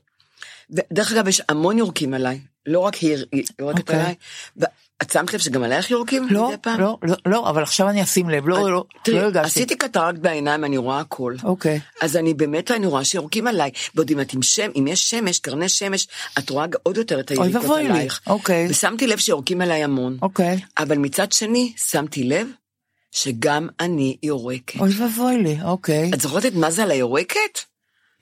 Speaker 3: דרך אגב, יש המון יורקים עליי, לא רק היא היא יורקת
Speaker 2: אוקיי.
Speaker 3: עליי. ו- את שמת לב שגם עלייך יורקים
Speaker 2: לא,
Speaker 3: מדי פעם? אה,
Speaker 2: לא, לא, לא, אבל עכשיו אני אשים לב, לא, לא, לא
Speaker 3: תראי,
Speaker 2: הרגשתי.
Speaker 3: עשיתי קטרקט בעיניים, אני רואה הכל.
Speaker 2: אוקיי.
Speaker 3: אז אני באמת, אני רואה שיורקים עליי. ועוד אם את עם שם, אם יש שמש, קרני שמש, את רואה עוד יותר את היריקות
Speaker 2: ואבוי לי.
Speaker 3: עלייך.
Speaker 2: אוקיי.
Speaker 3: ושמתי לב שיורקים עליי המון.
Speaker 2: אוקיי.
Speaker 3: אבל מצד שני, שמתי לב שגם אני יורקת.
Speaker 2: אוי ואבוי לי, אוקיי.
Speaker 3: את זוכרת את מה זה על היורקת?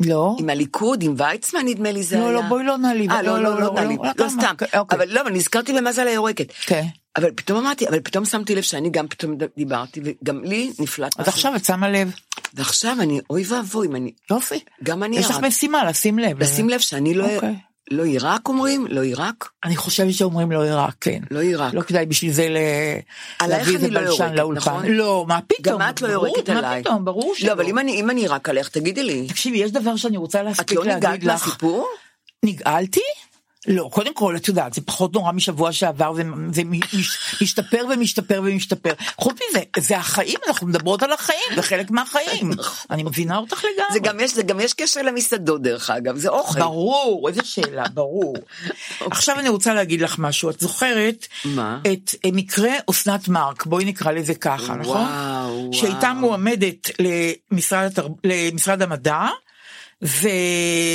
Speaker 2: לא.
Speaker 3: עם הליכוד, עם ויצמן, נדמה לי זה
Speaker 2: לא,
Speaker 3: היה.
Speaker 2: לא, בואי לא נעליב.
Speaker 3: אה, לא, לא, לא נעליב. לא
Speaker 2: למה?
Speaker 3: סתם.
Speaker 2: אוקיי.
Speaker 3: אבל לא, אבל נזכרתי במה זה על היורקת.
Speaker 2: כן.
Speaker 3: אבל פתאום אמרתי, אבל פתאום שמתי לב שאני גם פתאום דיברתי, וגם לי נפלט
Speaker 2: אז עכשיו את שמה לב.
Speaker 3: ועכשיו אני, אוי ואבוי, אם אני,
Speaker 2: יופי.
Speaker 3: גם אני
Speaker 2: יש לך
Speaker 3: עיראק.
Speaker 2: משימה לשים לב.
Speaker 3: לשים לב שאני לא,
Speaker 2: אוקיי.
Speaker 3: לא עיראק אומרים? לא עיראק?
Speaker 2: אני חושבת שאומרים לא עיראק, כן.
Speaker 3: לא עיראק.
Speaker 2: לא כדאי בשביל זה ל...
Speaker 3: עלייך
Speaker 2: להביא איזה
Speaker 3: אני לא
Speaker 2: בלשן
Speaker 3: יורקת,
Speaker 2: לאולפן.
Speaker 3: נכון?
Speaker 2: לא, מה פתאום?
Speaker 3: גם את לא
Speaker 2: ברור,
Speaker 3: יורקת עליי.
Speaker 2: מה פתאום, ברור שלא.
Speaker 3: לא, אבל אם אני, אם אני עיראק עלייך, תגידי לי.
Speaker 2: תקשיבי, יש דבר שאני רוצה
Speaker 3: את
Speaker 2: להספיק
Speaker 3: לא
Speaker 2: להגיד
Speaker 3: נגעת
Speaker 2: לך.
Speaker 3: מהסיפור?
Speaker 2: נגעלתי? לא, קודם כל, את יודעת, זה פחות נורא משבוע שעבר, זה, זה מש- משתפר ומשתפר ומשתפר. חוץ מזה, זה החיים, אנחנו מדברות על החיים, זה חלק מהחיים. אני מבינה אותך לגמרי.
Speaker 3: נכון. זה גם יש, זה גם יש קשר למסעדות דרך אגב, זה אוכל.
Speaker 2: ברור, איזה שאלה, ברור. עכשיו אני רוצה להגיד לך משהו, את זוכרת
Speaker 3: אוקיי. מה?
Speaker 2: את אה, מקרה אסנת מארק, בואי נקרא לזה ככה, נכון?
Speaker 3: וואו.
Speaker 2: שהייתה מועמדת למשרד, התר... למשרד המדע, ו...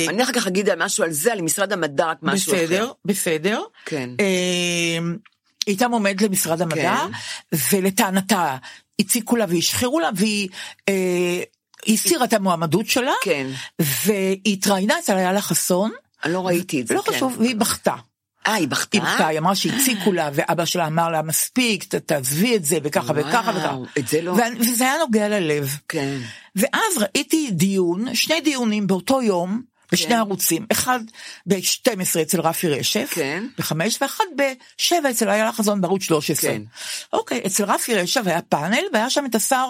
Speaker 3: אני אחר כך אגיד על משהו על זה, על משרד המדע, רק משהו אחר.
Speaker 2: בסדר, בסדר.
Speaker 3: כן.
Speaker 2: אה, היא הייתה מועמדת למשרד
Speaker 3: כן.
Speaker 2: המדע, ולטענתה הציקו לה והשחירו לה, והיא אה, היא הסירה את המועמדות שלה,
Speaker 3: כן.
Speaker 2: והיא התראיינה אצל איילה חסון,
Speaker 3: אני לא ראיתי את זה.
Speaker 2: לא
Speaker 3: כן.
Speaker 2: חשוב, והיא בכתה.
Speaker 3: אה, היא בכתה?
Speaker 2: היא בכתה, היא אמרה שהציקו לה, ואבא שלה אמר לה, מספיק, ת- תעזבי את זה, וככה
Speaker 3: וואו,
Speaker 2: וככה וככה.
Speaker 3: את זה לא-
Speaker 2: ואני- וזה היה נוגע ללב.
Speaker 3: כן.
Speaker 2: ואז ראיתי דיון, שני דיונים באותו יום, בשני ערוצים, אחד ב-12 אצל רפי רשף,
Speaker 3: כן.
Speaker 2: בחמש, ואחת בשבע אצל איילה חזון בערוץ 13.
Speaker 3: כן.
Speaker 2: אוקיי, אצל רפי רשף היה פאנל, והיה שם את השר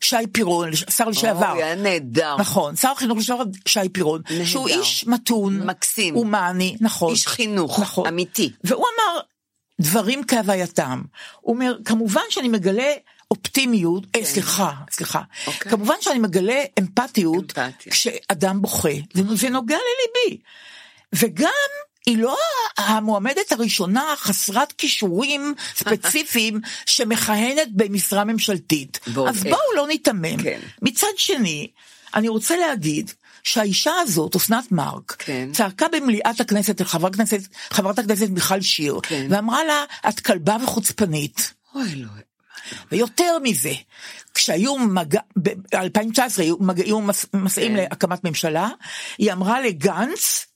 Speaker 2: שי פירון, שר לשעבר.
Speaker 3: אוי, היה נהדר.
Speaker 2: נכון, שר החינוך לשעבר שי פירון,
Speaker 3: נהדר.
Speaker 2: שהוא איש מתון,
Speaker 3: מקסים.
Speaker 2: הומני, נכון.
Speaker 3: איש חינוך,
Speaker 2: נכון.
Speaker 3: אמיתי.
Speaker 2: והוא אמר דברים כהווייתם. הוא אומר, כמובן שאני מגלה אופטימיות, אה, סליחה, סליחה,
Speaker 3: כן. אוקיי.
Speaker 2: כמובן שאני מגלה אמפתיות
Speaker 3: אמפתיה.
Speaker 2: כשאדם בוכה, זה, זה נוגע לליבי. וגם, היא לא המועמדת הראשונה חסרת כישורים ספציפיים שמכהנת במשרה ממשלתית.
Speaker 3: בואו,
Speaker 2: אז
Speaker 3: אה,
Speaker 2: בואו לא ניתמם.
Speaker 3: כן.
Speaker 2: מצד שני, אני רוצה להגיד שהאישה הזאת, אסנת מארק,
Speaker 3: כן.
Speaker 2: צעקה במליאת הכנסת אל חברת הכנסת, חברת הכנסת מיכל שיר,
Speaker 3: כן.
Speaker 2: ואמרה לה, את כלבה וחוצפנית.
Speaker 3: אוי, אלוהים.
Speaker 2: ויותר מזה, כשהיו מגע... ב-2019 היו מגעים ומסעים
Speaker 3: כן.
Speaker 2: להקמת ממשלה, היא אמרה לגנץ,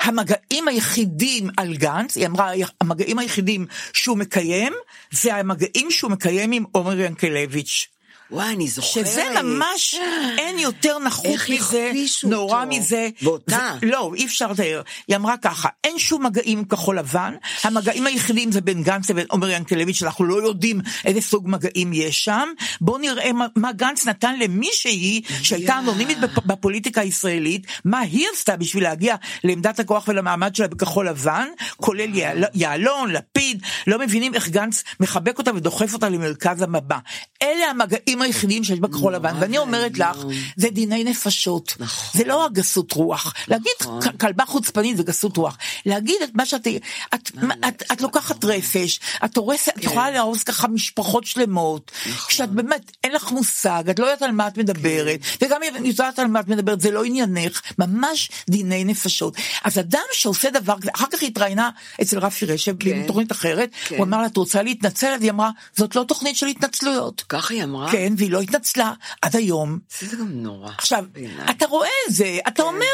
Speaker 2: המגעים היחידים על גנץ, היא אמרה, המגעים היחידים שהוא מקיים, זה המגעים שהוא מקיים עם עומר ינקלביץ'.
Speaker 3: וואי, אני זוכרת.
Speaker 2: שזה ממש, אין יותר נכון. נחות
Speaker 3: איך
Speaker 2: מזה,
Speaker 3: הכפישו
Speaker 2: נורא
Speaker 3: אותו.
Speaker 2: מזה.
Speaker 3: ואותה.
Speaker 2: זה- לא, אי אפשר לתאר. היא אמרה ככה, אין שום מגעים עם כחול לבן, המגעים היחידים זה בין גנץ לבין עומר ינקלביץ', אנחנו לא יודעים איזה סוג מגעים יש שם. בואו נראה מה, מה גנץ נתן למישהי שהייתה אנונימית בפ- בפוליטיקה הישראלית, מה היא עשתה בשביל להגיע לעמדת הכוח ולמעמד שלה בכחול לבן, כולל
Speaker 3: אה.
Speaker 2: יעל- יעלון, לפיד, לא מבינים איך גנץ מחבק אותה ודוחף אותה למרכז המבע. אלה המגעים היחידים שיש בכחול לבן, ואני אומרת לך, זה דיני נפשות.
Speaker 3: נכון.
Speaker 2: זה לא הגסות רוח. להגיד כ- כלבה חוצפנית זה גסות רוח. להגיד את מה שאת... את, מה- את, את
Speaker 3: נכון.
Speaker 2: לוקחת רפש, את הורסת,
Speaker 3: כן.
Speaker 2: את יכולה להרוס ככה משפחות שלמות.
Speaker 3: נכון.
Speaker 2: כשאת באמת, אין לך מושג, את לא יודעת על מה את מדברת,
Speaker 3: כן.
Speaker 2: וגם אם את יודעת על מה את מדברת, זה לא עניינך, ממש דיני נפשות. אז אדם שעושה דבר כזה, אחר כך היא התראיינה אצל רפי רשב, בתוכנית אחרת,
Speaker 3: כן.
Speaker 2: הוא אמר לה, את רוצה להתנצל? אז היא אמרה, זאת לא תוכנית של התנצלויות.
Speaker 3: ככה היא אמרה?
Speaker 2: כן, והיא לא התנצלה עד היום.
Speaker 3: זה גם נורא.
Speaker 2: עכשיו,
Speaker 3: בעיניי. כן.
Speaker 2: אתה רואה את זה, אתה אומר,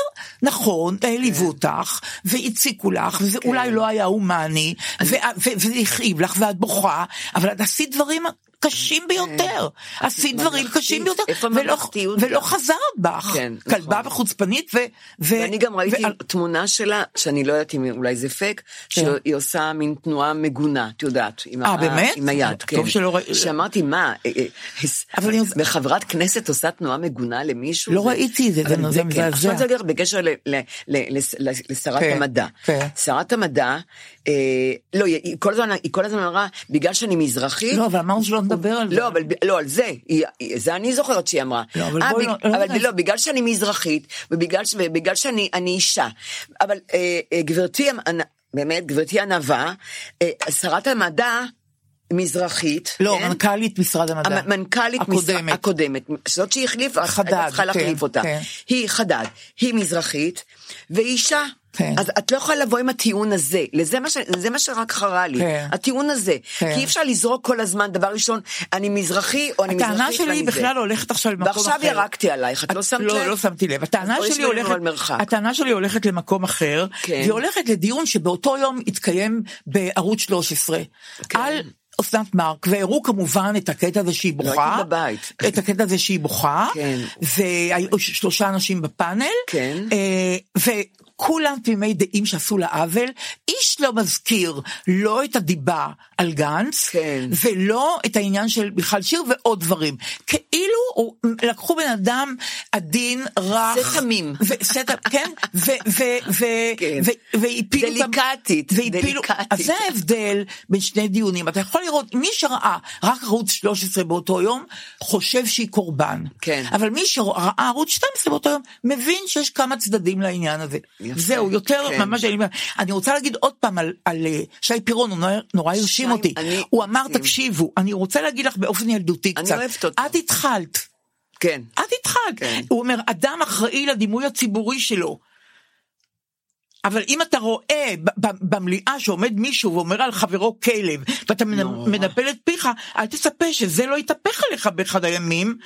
Speaker 2: נכון, העליבו אותך, והציקו לך, וזה
Speaker 3: כן.
Speaker 2: אולי לא היה הומני, ו- ו- וזה הכאיב לך, ואת בוכה, אבל את עשית דברים
Speaker 3: כן.
Speaker 2: קשים ביותר. עשית דברים
Speaker 3: ממלכתית.
Speaker 2: קשים ביותר,
Speaker 3: איפה
Speaker 2: ולא-
Speaker 3: הממלכתיות?
Speaker 2: ולא חזרת בך.
Speaker 3: כן, נכון.
Speaker 2: כלבה וחוצפנית, ו... ו-
Speaker 3: ואני גם ראיתי
Speaker 2: ועל-
Speaker 3: תמונה שלה, שאני לא יודעת אם אולי זה פייק, שהיא עושה מין תנועה מגונה, את יודעת, עם,
Speaker 2: כן. אה,
Speaker 3: ה-
Speaker 2: באמת?
Speaker 3: עם היד, כן.
Speaker 2: טוב שלא ראי-
Speaker 3: שאמרתי, מה, אה, אה, הס-
Speaker 2: אבל אני-
Speaker 3: וחברת כנסת עושה תנועה מגונה למישהו?
Speaker 2: לא ראיתי את זה,
Speaker 3: אבל
Speaker 2: זה מזעזע.
Speaker 3: כן. עכשיו זה גם בקשר ל- ל- ל- לס- לשרת
Speaker 2: כן,
Speaker 3: המדע.
Speaker 2: כן.
Speaker 3: שרת המדע, אה, לא, היא כל הזמן- היא כל הזמן אמרה, בגלל שאני מזרחית...
Speaker 2: לא, אבל אמרנו שלא נדבר על זה.
Speaker 3: לא, אבל ב- לא, על זה, היא- היא- זה אני זוכרת שהיא אמרה.
Speaker 2: לא, אבל
Speaker 3: אה,
Speaker 2: בואי
Speaker 3: בג-
Speaker 2: לא- לא
Speaker 3: אבל
Speaker 2: ניכנס-
Speaker 3: לא, בגלל שאני מזרחית, ובגלל, ש- ובגלל שאני אני אישה. אבל אה, אה, גברתי, הנ- באמת, גברתי ענווה, אה, שרת המדע, מזרחית.
Speaker 2: לא,
Speaker 3: כן?
Speaker 2: מנכ"לית משרד המדע.
Speaker 3: המ- מנכ"לית משרד-
Speaker 2: הקודמת.
Speaker 3: הקודמת, זאת שהיא החליפה,
Speaker 2: חדד,
Speaker 3: הייתה צריכה
Speaker 2: כן,
Speaker 3: להחליף אותה.
Speaker 2: כן.
Speaker 3: היא חדד, היא מזרחית, והיא אישה.
Speaker 2: כן.
Speaker 3: אז את לא יכולה לבוא עם הטיעון הזה, לזה מה, ש... זה מה שרק חרה לי,
Speaker 2: כן.
Speaker 3: הטיעון הזה,
Speaker 2: כן.
Speaker 3: כי אי אפשר לזרוק כל הזמן, דבר ראשון, אני מזרחי או אני מזרחית
Speaker 2: הטענה שלי
Speaker 3: ואני
Speaker 2: היא
Speaker 3: זה.
Speaker 2: בכלל לא- הולכת עכשיו למקום אחר.
Speaker 3: ועכשיו ירקתי עלייך, את לא שמת לב?
Speaker 2: לא, לא שמתי לב. הטענה
Speaker 3: אז בואי
Speaker 2: שלי
Speaker 3: נשמור
Speaker 2: הולכת,
Speaker 3: על מרחק.
Speaker 2: הטענה שלי הולכת למקום אחר,
Speaker 3: כן.
Speaker 2: והיא הולכת לדיון שבאותו יום התקיים בערוץ 13.
Speaker 3: כן.
Speaker 2: על... אסנת מארק, והראו כמובן את הקטע הזה שהיא
Speaker 3: לא
Speaker 2: בוכה,
Speaker 3: הייתי בבית.
Speaker 2: את הקטע הזה שהיא בוכה,
Speaker 3: כן.
Speaker 2: והיו ש- שלושה אנשים בפאנל,
Speaker 3: כן.
Speaker 2: אה, וכולם תמימי דעים שעשו לה עוול, איש לא מזכיר לא את הדיבה על גנץ,
Speaker 3: כן.
Speaker 2: ולא את העניין של מיכל שיר ועוד דברים. כאילו הוא- לקחו בן אדם עדין, רך.
Speaker 3: זה תמים.
Speaker 2: ו- זה ת- כן, ו- ו- ו-
Speaker 3: כן.
Speaker 2: ו- והפילו... אותם-
Speaker 3: דליקטית,
Speaker 2: והפילו-
Speaker 3: דליקטית.
Speaker 2: אז זה ההבדל בין שני דיונים. אתה יכול לראות, מי שראה רק ערוץ 13 באותו יום, חושב שהיא קורבן.
Speaker 3: כן.
Speaker 2: אבל מי שראה ערוץ 12 באותו יום, מבין שיש כמה צדדים לעניין הזה.
Speaker 3: יפה,
Speaker 2: זהו, יותר
Speaker 3: כן.
Speaker 2: ממש... אני- אני רוצה להגיד עוד פעם על- על אה, שי פירון, הוא נורא- נורא הרשים
Speaker 3: שי,
Speaker 2: אותי.
Speaker 3: אני-
Speaker 2: הוא אמר,
Speaker 3: מקסים.
Speaker 2: תקשיבו, אני רוצה להגיד לך באופן ילדותי
Speaker 3: אני
Speaker 2: קצת.
Speaker 3: אוהבת אותו.
Speaker 2: את התחלת.
Speaker 3: כן.
Speaker 2: את התחלת.
Speaker 3: כן.
Speaker 2: הוא אומר, אדם אחראי לדימוי הציבורי שלו. אבל אם אתה רואה ב- ב- במליאה שעומד מישהו ואומר על חברו כלב, ואתה מנ- מנפל את פיך, אל תצפה שזה לא יתהפך עליך באחד הימים.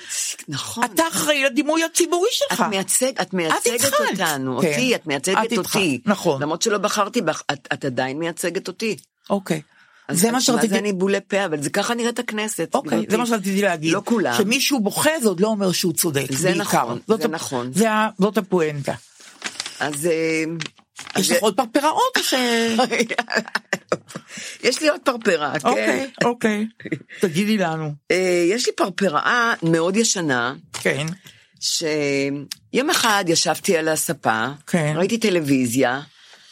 Speaker 3: נכון.
Speaker 2: אתה אחראי לדימוי הציבורי
Speaker 3: את
Speaker 2: שלך.
Speaker 3: מייצג, את מייצגת
Speaker 2: התחלת.
Speaker 3: אותנו,
Speaker 2: כן.
Speaker 3: אותי, את
Speaker 2: את
Speaker 3: מייצגת
Speaker 2: התחלת,
Speaker 3: אותי.
Speaker 2: נכון.
Speaker 3: למרות שלא בחרתי בך, את, את עדיין מייצגת אותי.
Speaker 2: אוקיי.
Speaker 3: אז
Speaker 2: זה
Speaker 3: את-
Speaker 2: מה שרציתי...
Speaker 3: מה זה אני בולי פה, אבל זה ככה נראית הכנסת.
Speaker 2: אוקיי,
Speaker 3: גברתי.
Speaker 2: זה מה שרציתי להגיד.
Speaker 3: לא כולם.
Speaker 2: שמישהו בוכה זה עוד לא אומר שהוא צודק,
Speaker 3: זה
Speaker 2: בעיקר.
Speaker 3: נכון,
Speaker 2: זאת
Speaker 3: זה
Speaker 2: ה-
Speaker 3: נכון.
Speaker 2: זה ה- זאת הפואנטה.
Speaker 3: אז... אה, אז
Speaker 2: יש
Speaker 3: זה- כן.
Speaker 2: לך עוד פרפראות או ש...
Speaker 3: יש לי עוד פרפרה, כן.
Speaker 2: אוקיי, אוקיי. תגידי לנו.
Speaker 3: אה, יש לי פרפרה מאוד ישנה,
Speaker 2: כן.
Speaker 3: שיום אחד ישבתי על הספה,
Speaker 2: כן.
Speaker 3: ראיתי טלוויזיה,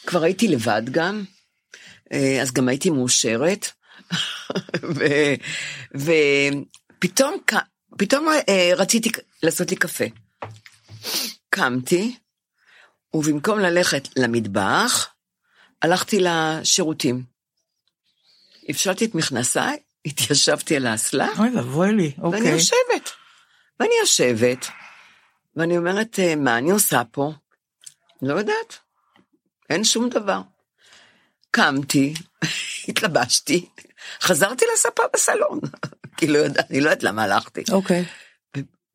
Speaker 3: כבר הייתי לבד גם, אה, אז גם הייתי מאושרת, ו- ופתאום ק- פתאום, אה, רציתי ק- לעשות לי קפה. קמתי, ובמקום ללכת למטבח, הלכתי לשירותים. הפשלתי את מכנסיי, התיישבתי על האסלה,
Speaker 2: אוי ואבוי לי,
Speaker 3: ואני
Speaker 2: אוקיי.
Speaker 3: יושבת. ואני יושבת, ואני אומרת, "אה, מה אני עושה פה? לא יודעת, אין שום דבר. קמתי, התלבשתי, חזרתי לספה בסלון. כי לא יודעת, אני לא יודעת למה הלכתי.
Speaker 2: אוקיי.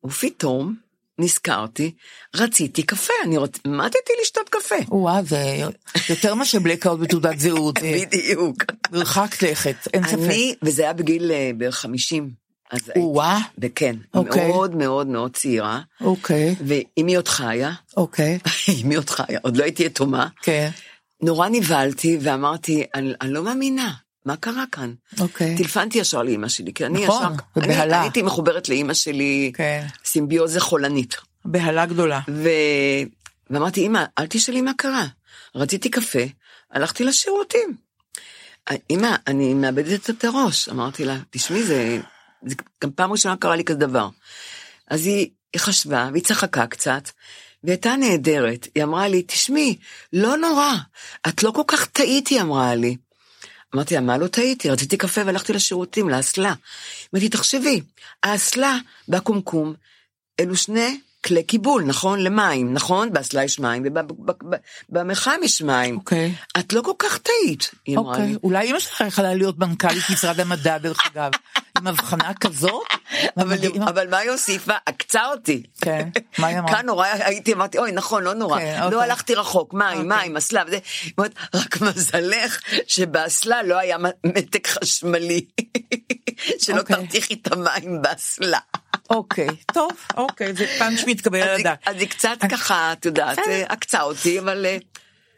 Speaker 3: ופתאום נזכרתי, רציתי קפה, אני רוצ... מתתי לשתות קפה.
Speaker 2: וואה, זה יותר מאשר בלקאוט בתעודת זהות. אה,
Speaker 3: בדיוק.
Speaker 2: מרחק לכת, אין ספק.
Speaker 3: אני, וזה היה בגיל אה, בערך 50, אז הייתי,
Speaker 2: וואה,
Speaker 3: וכן,
Speaker 2: אוקיי.
Speaker 3: מאוד מאוד מאוד צעירה,
Speaker 2: אוקיי,
Speaker 3: ואימי עוד חיה,
Speaker 2: אוקיי.
Speaker 3: אימי עוד חיה, עוד לא הייתי יתומה.
Speaker 2: כן,
Speaker 3: נורא נבהלתי ואמרתי, אני, אני לא מאמינה, מה קרה כאן?
Speaker 2: אוקיי.
Speaker 3: טלפנתי ישר לאימא שלי, כי אני
Speaker 2: נכון,
Speaker 3: ישר, אני
Speaker 2: בבהלה.
Speaker 3: הייתי מחוברת לאימא שלי,
Speaker 2: כן.
Speaker 3: סימביוזה חולנית.
Speaker 2: בהלה גדולה.
Speaker 3: ו... ואמרתי, אמא, אל תשאלי מה קרה. רציתי קפה, הלכתי לשירותים. אמא, אני מאבדת את הראש. אמרתי לה, תשמעי, זה, זה גם פעם ראשונה קרה לי כזה דבר. אז היא, היא חשבה, והיא צחקה קצת, והיא הייתה נהדרת. היא אמרה לי, תשמעי, לא נורא, את לא כל כך טעית, היא אמרה לי. אמרתי לה, מה לא טעיתי? רציתי קפה והלכתי לשירותים, לאסלה. אמרתי, תחשבי, האסלה והקומקום, אלו שני כלי קיבול, נכון? למים, נכון? באסלה יש מים, ובמחם יש מים.
Speaker 2: אוקיי.
Speaker 3: את לא כל כך טעית, היא אמרה לי.
Speaker 2: אוקיי, אולי אימא שלך יכלה להיות מנכ"לית משרד המדע דרך אגב, עם הבחנה כזאת, מדהימה.
Speaker 3: אבל, אבל מה היא הוסיפה? עקצה אותי.
Speaker 2: כן, מה היא אמרה?
Speaker 3: כאן נורא הייתי, אמרתי, אוי, נכון, לא נורא.
Speaker 2: כן,
Speaker 3: לא
Speaker 2: אוקיי.
Speaker 3: הלכתי רחוק, מים,
Speaker 2: אוקיי.
Speaker 3: מים, אסלה וזה. היא אומרת, רק מזלך שבאסלה לא היה מ- מתק חשמלי. שלא
Speaker 2: אוקיי.
Speaker 3: תרתיחי את המים באסלה.
Speaker 2: אוקיי, טוב, אוקיי, זה פאנץ' מתקבל על
Speaker 3: אז היא-
Speaker 2: הדעת.
Speaker 3: אז היא קצת ככה, את יודעת,
Speaker 2: בסדר.
Speaker 3: אה, עקצה אותי, אבל אה,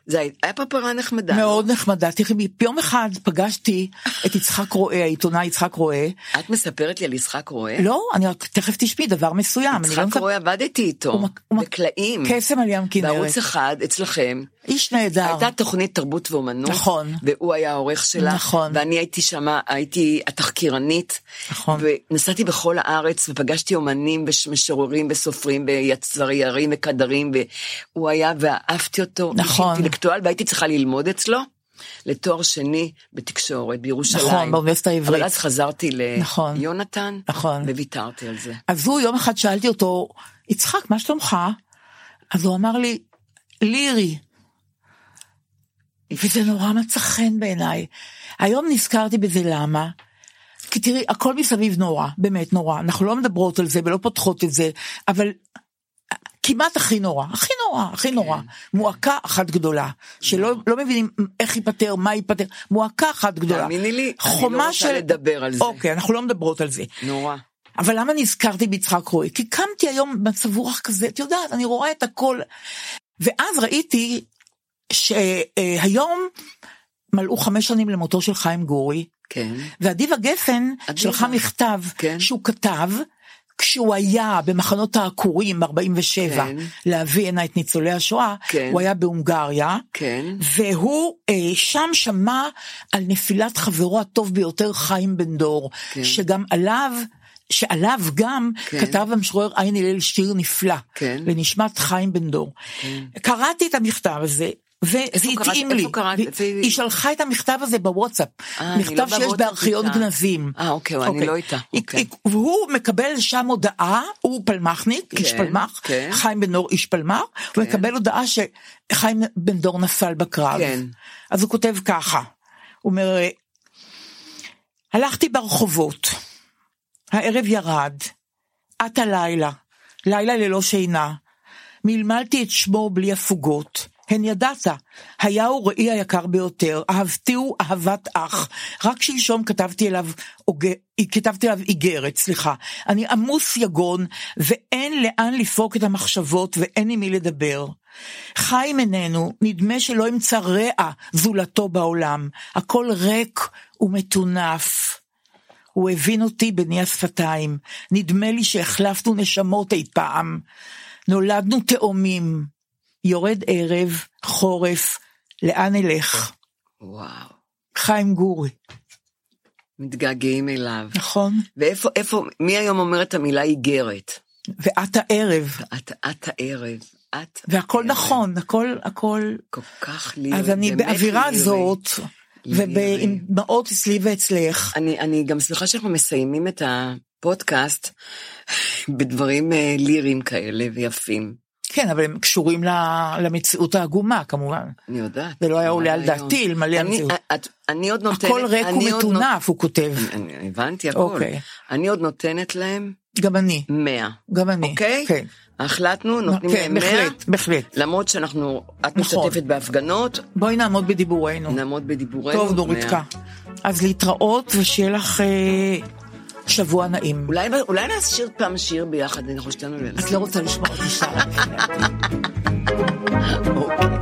Speaker 3: זה היה- היה פרפרה נחמדה.
Speaker 2: מאוד נחמדה, תראי, יום אחד פגשתי את יצחק רואה, העיתונאי יצחק רואה,
Speaker 3: את מספרת לי על יצחק רואה?
Speaker 2: לא, אני רק, תכף תשמעי דבר מסוים, אני לא
Speaker 3: יצחק
Speaker 2: מספר-
Speaker 3: רואה עבדתי איתו,
Speaker 2: הוא מק- הוא מק-
Speaker 3: בקלעים.
Speaker 2: קסם על ים כנרת.
Speaker 3: בערוץ אחד, אצלכם.
Speaker 2: איש נהדר,
Speaker 3: הייתה תוכנית תרבות ואומנות,
Speaker 2: נכון.
Speaker 3: והוא היה העורך שלה,
Speaker 2: נכון.
Speaker 3: ואני הייתי שמה, הייתי התחקירנית,
Speaker 2: נכון.
Speaker 3: ונסעתי בכל הארץ ופגשתי אומנים ומשוררים וסופרים ויצריירים וכדרים, והוא היה, ואהבתי אותו, איש
Speaker 2: נכון.
Speaker 3: אינטלקטואל, והייתי צריכה ללמוד אצלו. לתואר שני בתקשורת בירושלים.
Speaker 2: נכון, באוניברסיטה העברית.
Speaker 3: אבל אז חזרתי
Speaker 2: נכון.
Speaker 3: ליונתן,
Speaker 2: נכון.
Speaker 3: וויתרתי על זה.
Speaker 2: אז הוא יום אחד שאלתי אותו, יצחק, מה שלומך? אז הוא אמר לי, לירי. וזה נורא מצא חן בעיניי. היום נזכרתי בזה למה? כי תראי, הכל מסביב נורא, באמת נורא. אנחנו לא מדברות על זה ולא פותחות את זה, אבל כמעט הכי נורא, הכי נורא,
Speaker 3: כן.
Speaker 2: הכי נורא. מועקה אחת גדולה, שלא
Speaker 3: נכון.
Speaker 2: לא מבינים איך ייפתר, מה ייפתר, מועקה אחת גדולה.
Speaker 3: תאמיני לי, אני לא
Speaker 2: חומה
Speaker 3: רוצה לדבר על זה.
Speaker 2: אוקיי, אנחנו לא מדברות על זה.
Speaker 3: נורא.
Speaker 2: אבל למה נזכרתי ביצחק רוי? כי קמתי היום במצב רוח כזה, את יודעת, אני רואה את הכל. ואז ראיתי שהיום מלאו חמש שנים למותו של חיים גורי,
Speaker 3: כן.
Speaker 2: ואדיבה גפן
Speaker 3: אדיבה.
Speaker 2: שלחה מכתב
Speaker 3: כן.
Speaker 2: שהוא כתב. כשהוא היה במחנות העקורים ב-47,
Speaker 3: כן.
Speaker 2: להביא הנה את ניצולי השואה,
Speaker 3: כן.
Speaker 2: הוא היה בהונגריה,
Speaker 3: כן.
Speaker 2: והוא אה, שם שמע על נפילת חברו הטוב ביותר חיים בן דור, כן. שגם עליו שעליו גם
Speaker 3: כן.
Speaker 2: כתב המשורר עין הלל שיר נפלא,
Speaker 3: כן.
Speaker 2: לנשמת חיים בן דור. קראתי את המכתב הזה. וזה
Speaker 3: איפה קראת-
Speaker 2: התאים
Speaker 3: איפה
Speaker 2: לי,
Speaker 3: קראת?
Speaker 2: היא-
Speaker 3: איפה-
Speaker 2: היא שלחה את המכתב הזה בוואטסאפ,
Speaker 3: אה, אני לא
Speaker 2: מכתב שיש
Speaker 3: בוואטסאפ
Speaker 2: בארכיון
Speaker 3: איתה.
Speaker 2: גנזים.
Speaker 3: אה, אוקיי, אני לא איתה,
Speaker 2: היא-
Speaker 3: אוקיי.
Speaker 2: היא- והוא מקבל שם הודעה, הוא פלמחניק, איש
Speaker 3: כן,
Speaker 2: פלמח,
Speaker 3: כן.
Speaker 2: חיים בן דור איש פלמח, הוא מקבל הודעה שחיים בן דור נפל בקרב.
Speaker 3: כן.
Speaker 2: אז הוא כותב ככה, הוא אומר, הלכתי ברחובות, הערב ירד, את הלילה, לילה ללא שינה, מלמלתי את שמו בלי הפוגות. הן ידעת, היה הוא רעי היקר ביותר, אהבתיהו אהבת אח. רק שלשום כתבתי אליו, אוג- כתבתי אליו איגרת, סליחה. אני עמוס יגון, ואין לאן לפרוק את המחשבות, ואין עם מי לדבר. חיים איננו, נדמה שלא ימצא רע זולתו בעולם. הכל ריק ומטונף. הוא הבין אותי בני השפתיים. נדמה לי שהחלפנו נשמות אי פעם. נולדנו תאומים. יורד ערב, חורף, לאן אלך?
Speaker 3: וואו,
Speaker 2: חיים גורי.
Speaker 3: מתגעגעים אליו.
Speaker 2: נכון.
Speaker 3: ואיפה, איפה, מי היום אומר את המילה איגרת?
Speaker 2: ואת הערב.
Speaker 3: את, את הערב, את...
Speaker 2: והכל
Speaker 3: הערב.
Speaker 2: נכון, הכל, הכל.
Speaker 3: כל כך לירי,
Speaker 2: אז אני
Speaker 3: באמת
Speaker 2: באווירה
Speaker 3: לירי.
Speaker 2: הזאת,
Speaker 3: לירי.
Speaker 2: ועם דמעות אצלי ואצלך.
Speaker 3: אני, אני גם סליחה שאנחנו מסיימים את הפודקאסט בדברים אה, ליריים כאלה ויפים.
Speaker 2: כן, אבל הם קשורים ל- למציאות העגומה, כמובן.
Speaker 3: אני יודעת.
Speaker 2: זה לא היה עולה על
Speaker 3: היום.
Speaker 2: דעתי, אלמלא
Speaker 3: אני- אה,
Speaker 2: המציאות.
Speaker 3: את- אני עוד נותנת...
Speaker 2: הכל ריק
Speaker 3: אני עוד
Speaker 2: ומטונף, הוא כותב.
Speaker 3: נות- אני- הבנתי הכל.
Speaker 2: אוקיי.
Speaker 3: אני עוד נותנת להם
Speaker 2: גם אני,
Speaker 3: 100.
Speaker 2: גם אני.
Speaker 3: אוקיי?
Speaker 2: כן.
Speaker 3: החלטנו, נותנים
Speaker 2: כן,
Speaker 3: להם 100.
Speaker 2: בהחלט, בהחלט.
Speaker 3: למרות שאנחנו, את
Speaker 2: נכון.
Speaker 3: משתתפת בהפגנות,
Speaker 2: בואי נעמוד בדיבורנו.
Speaker 3: נעמוד בדיבורנו.
Speaker 2: טוב,
Speaker 3: 100.
Speaker 2: נורית אז להתראות, ושיהיה לך אה, שבוע נעים.
Speaker 3: אולי, אולי נשיר פעם שיר ביחד, אנחנו שתינו ננסה.
Speaker 2: את לא רוצה לשמוע אותי שרה. אוקיי.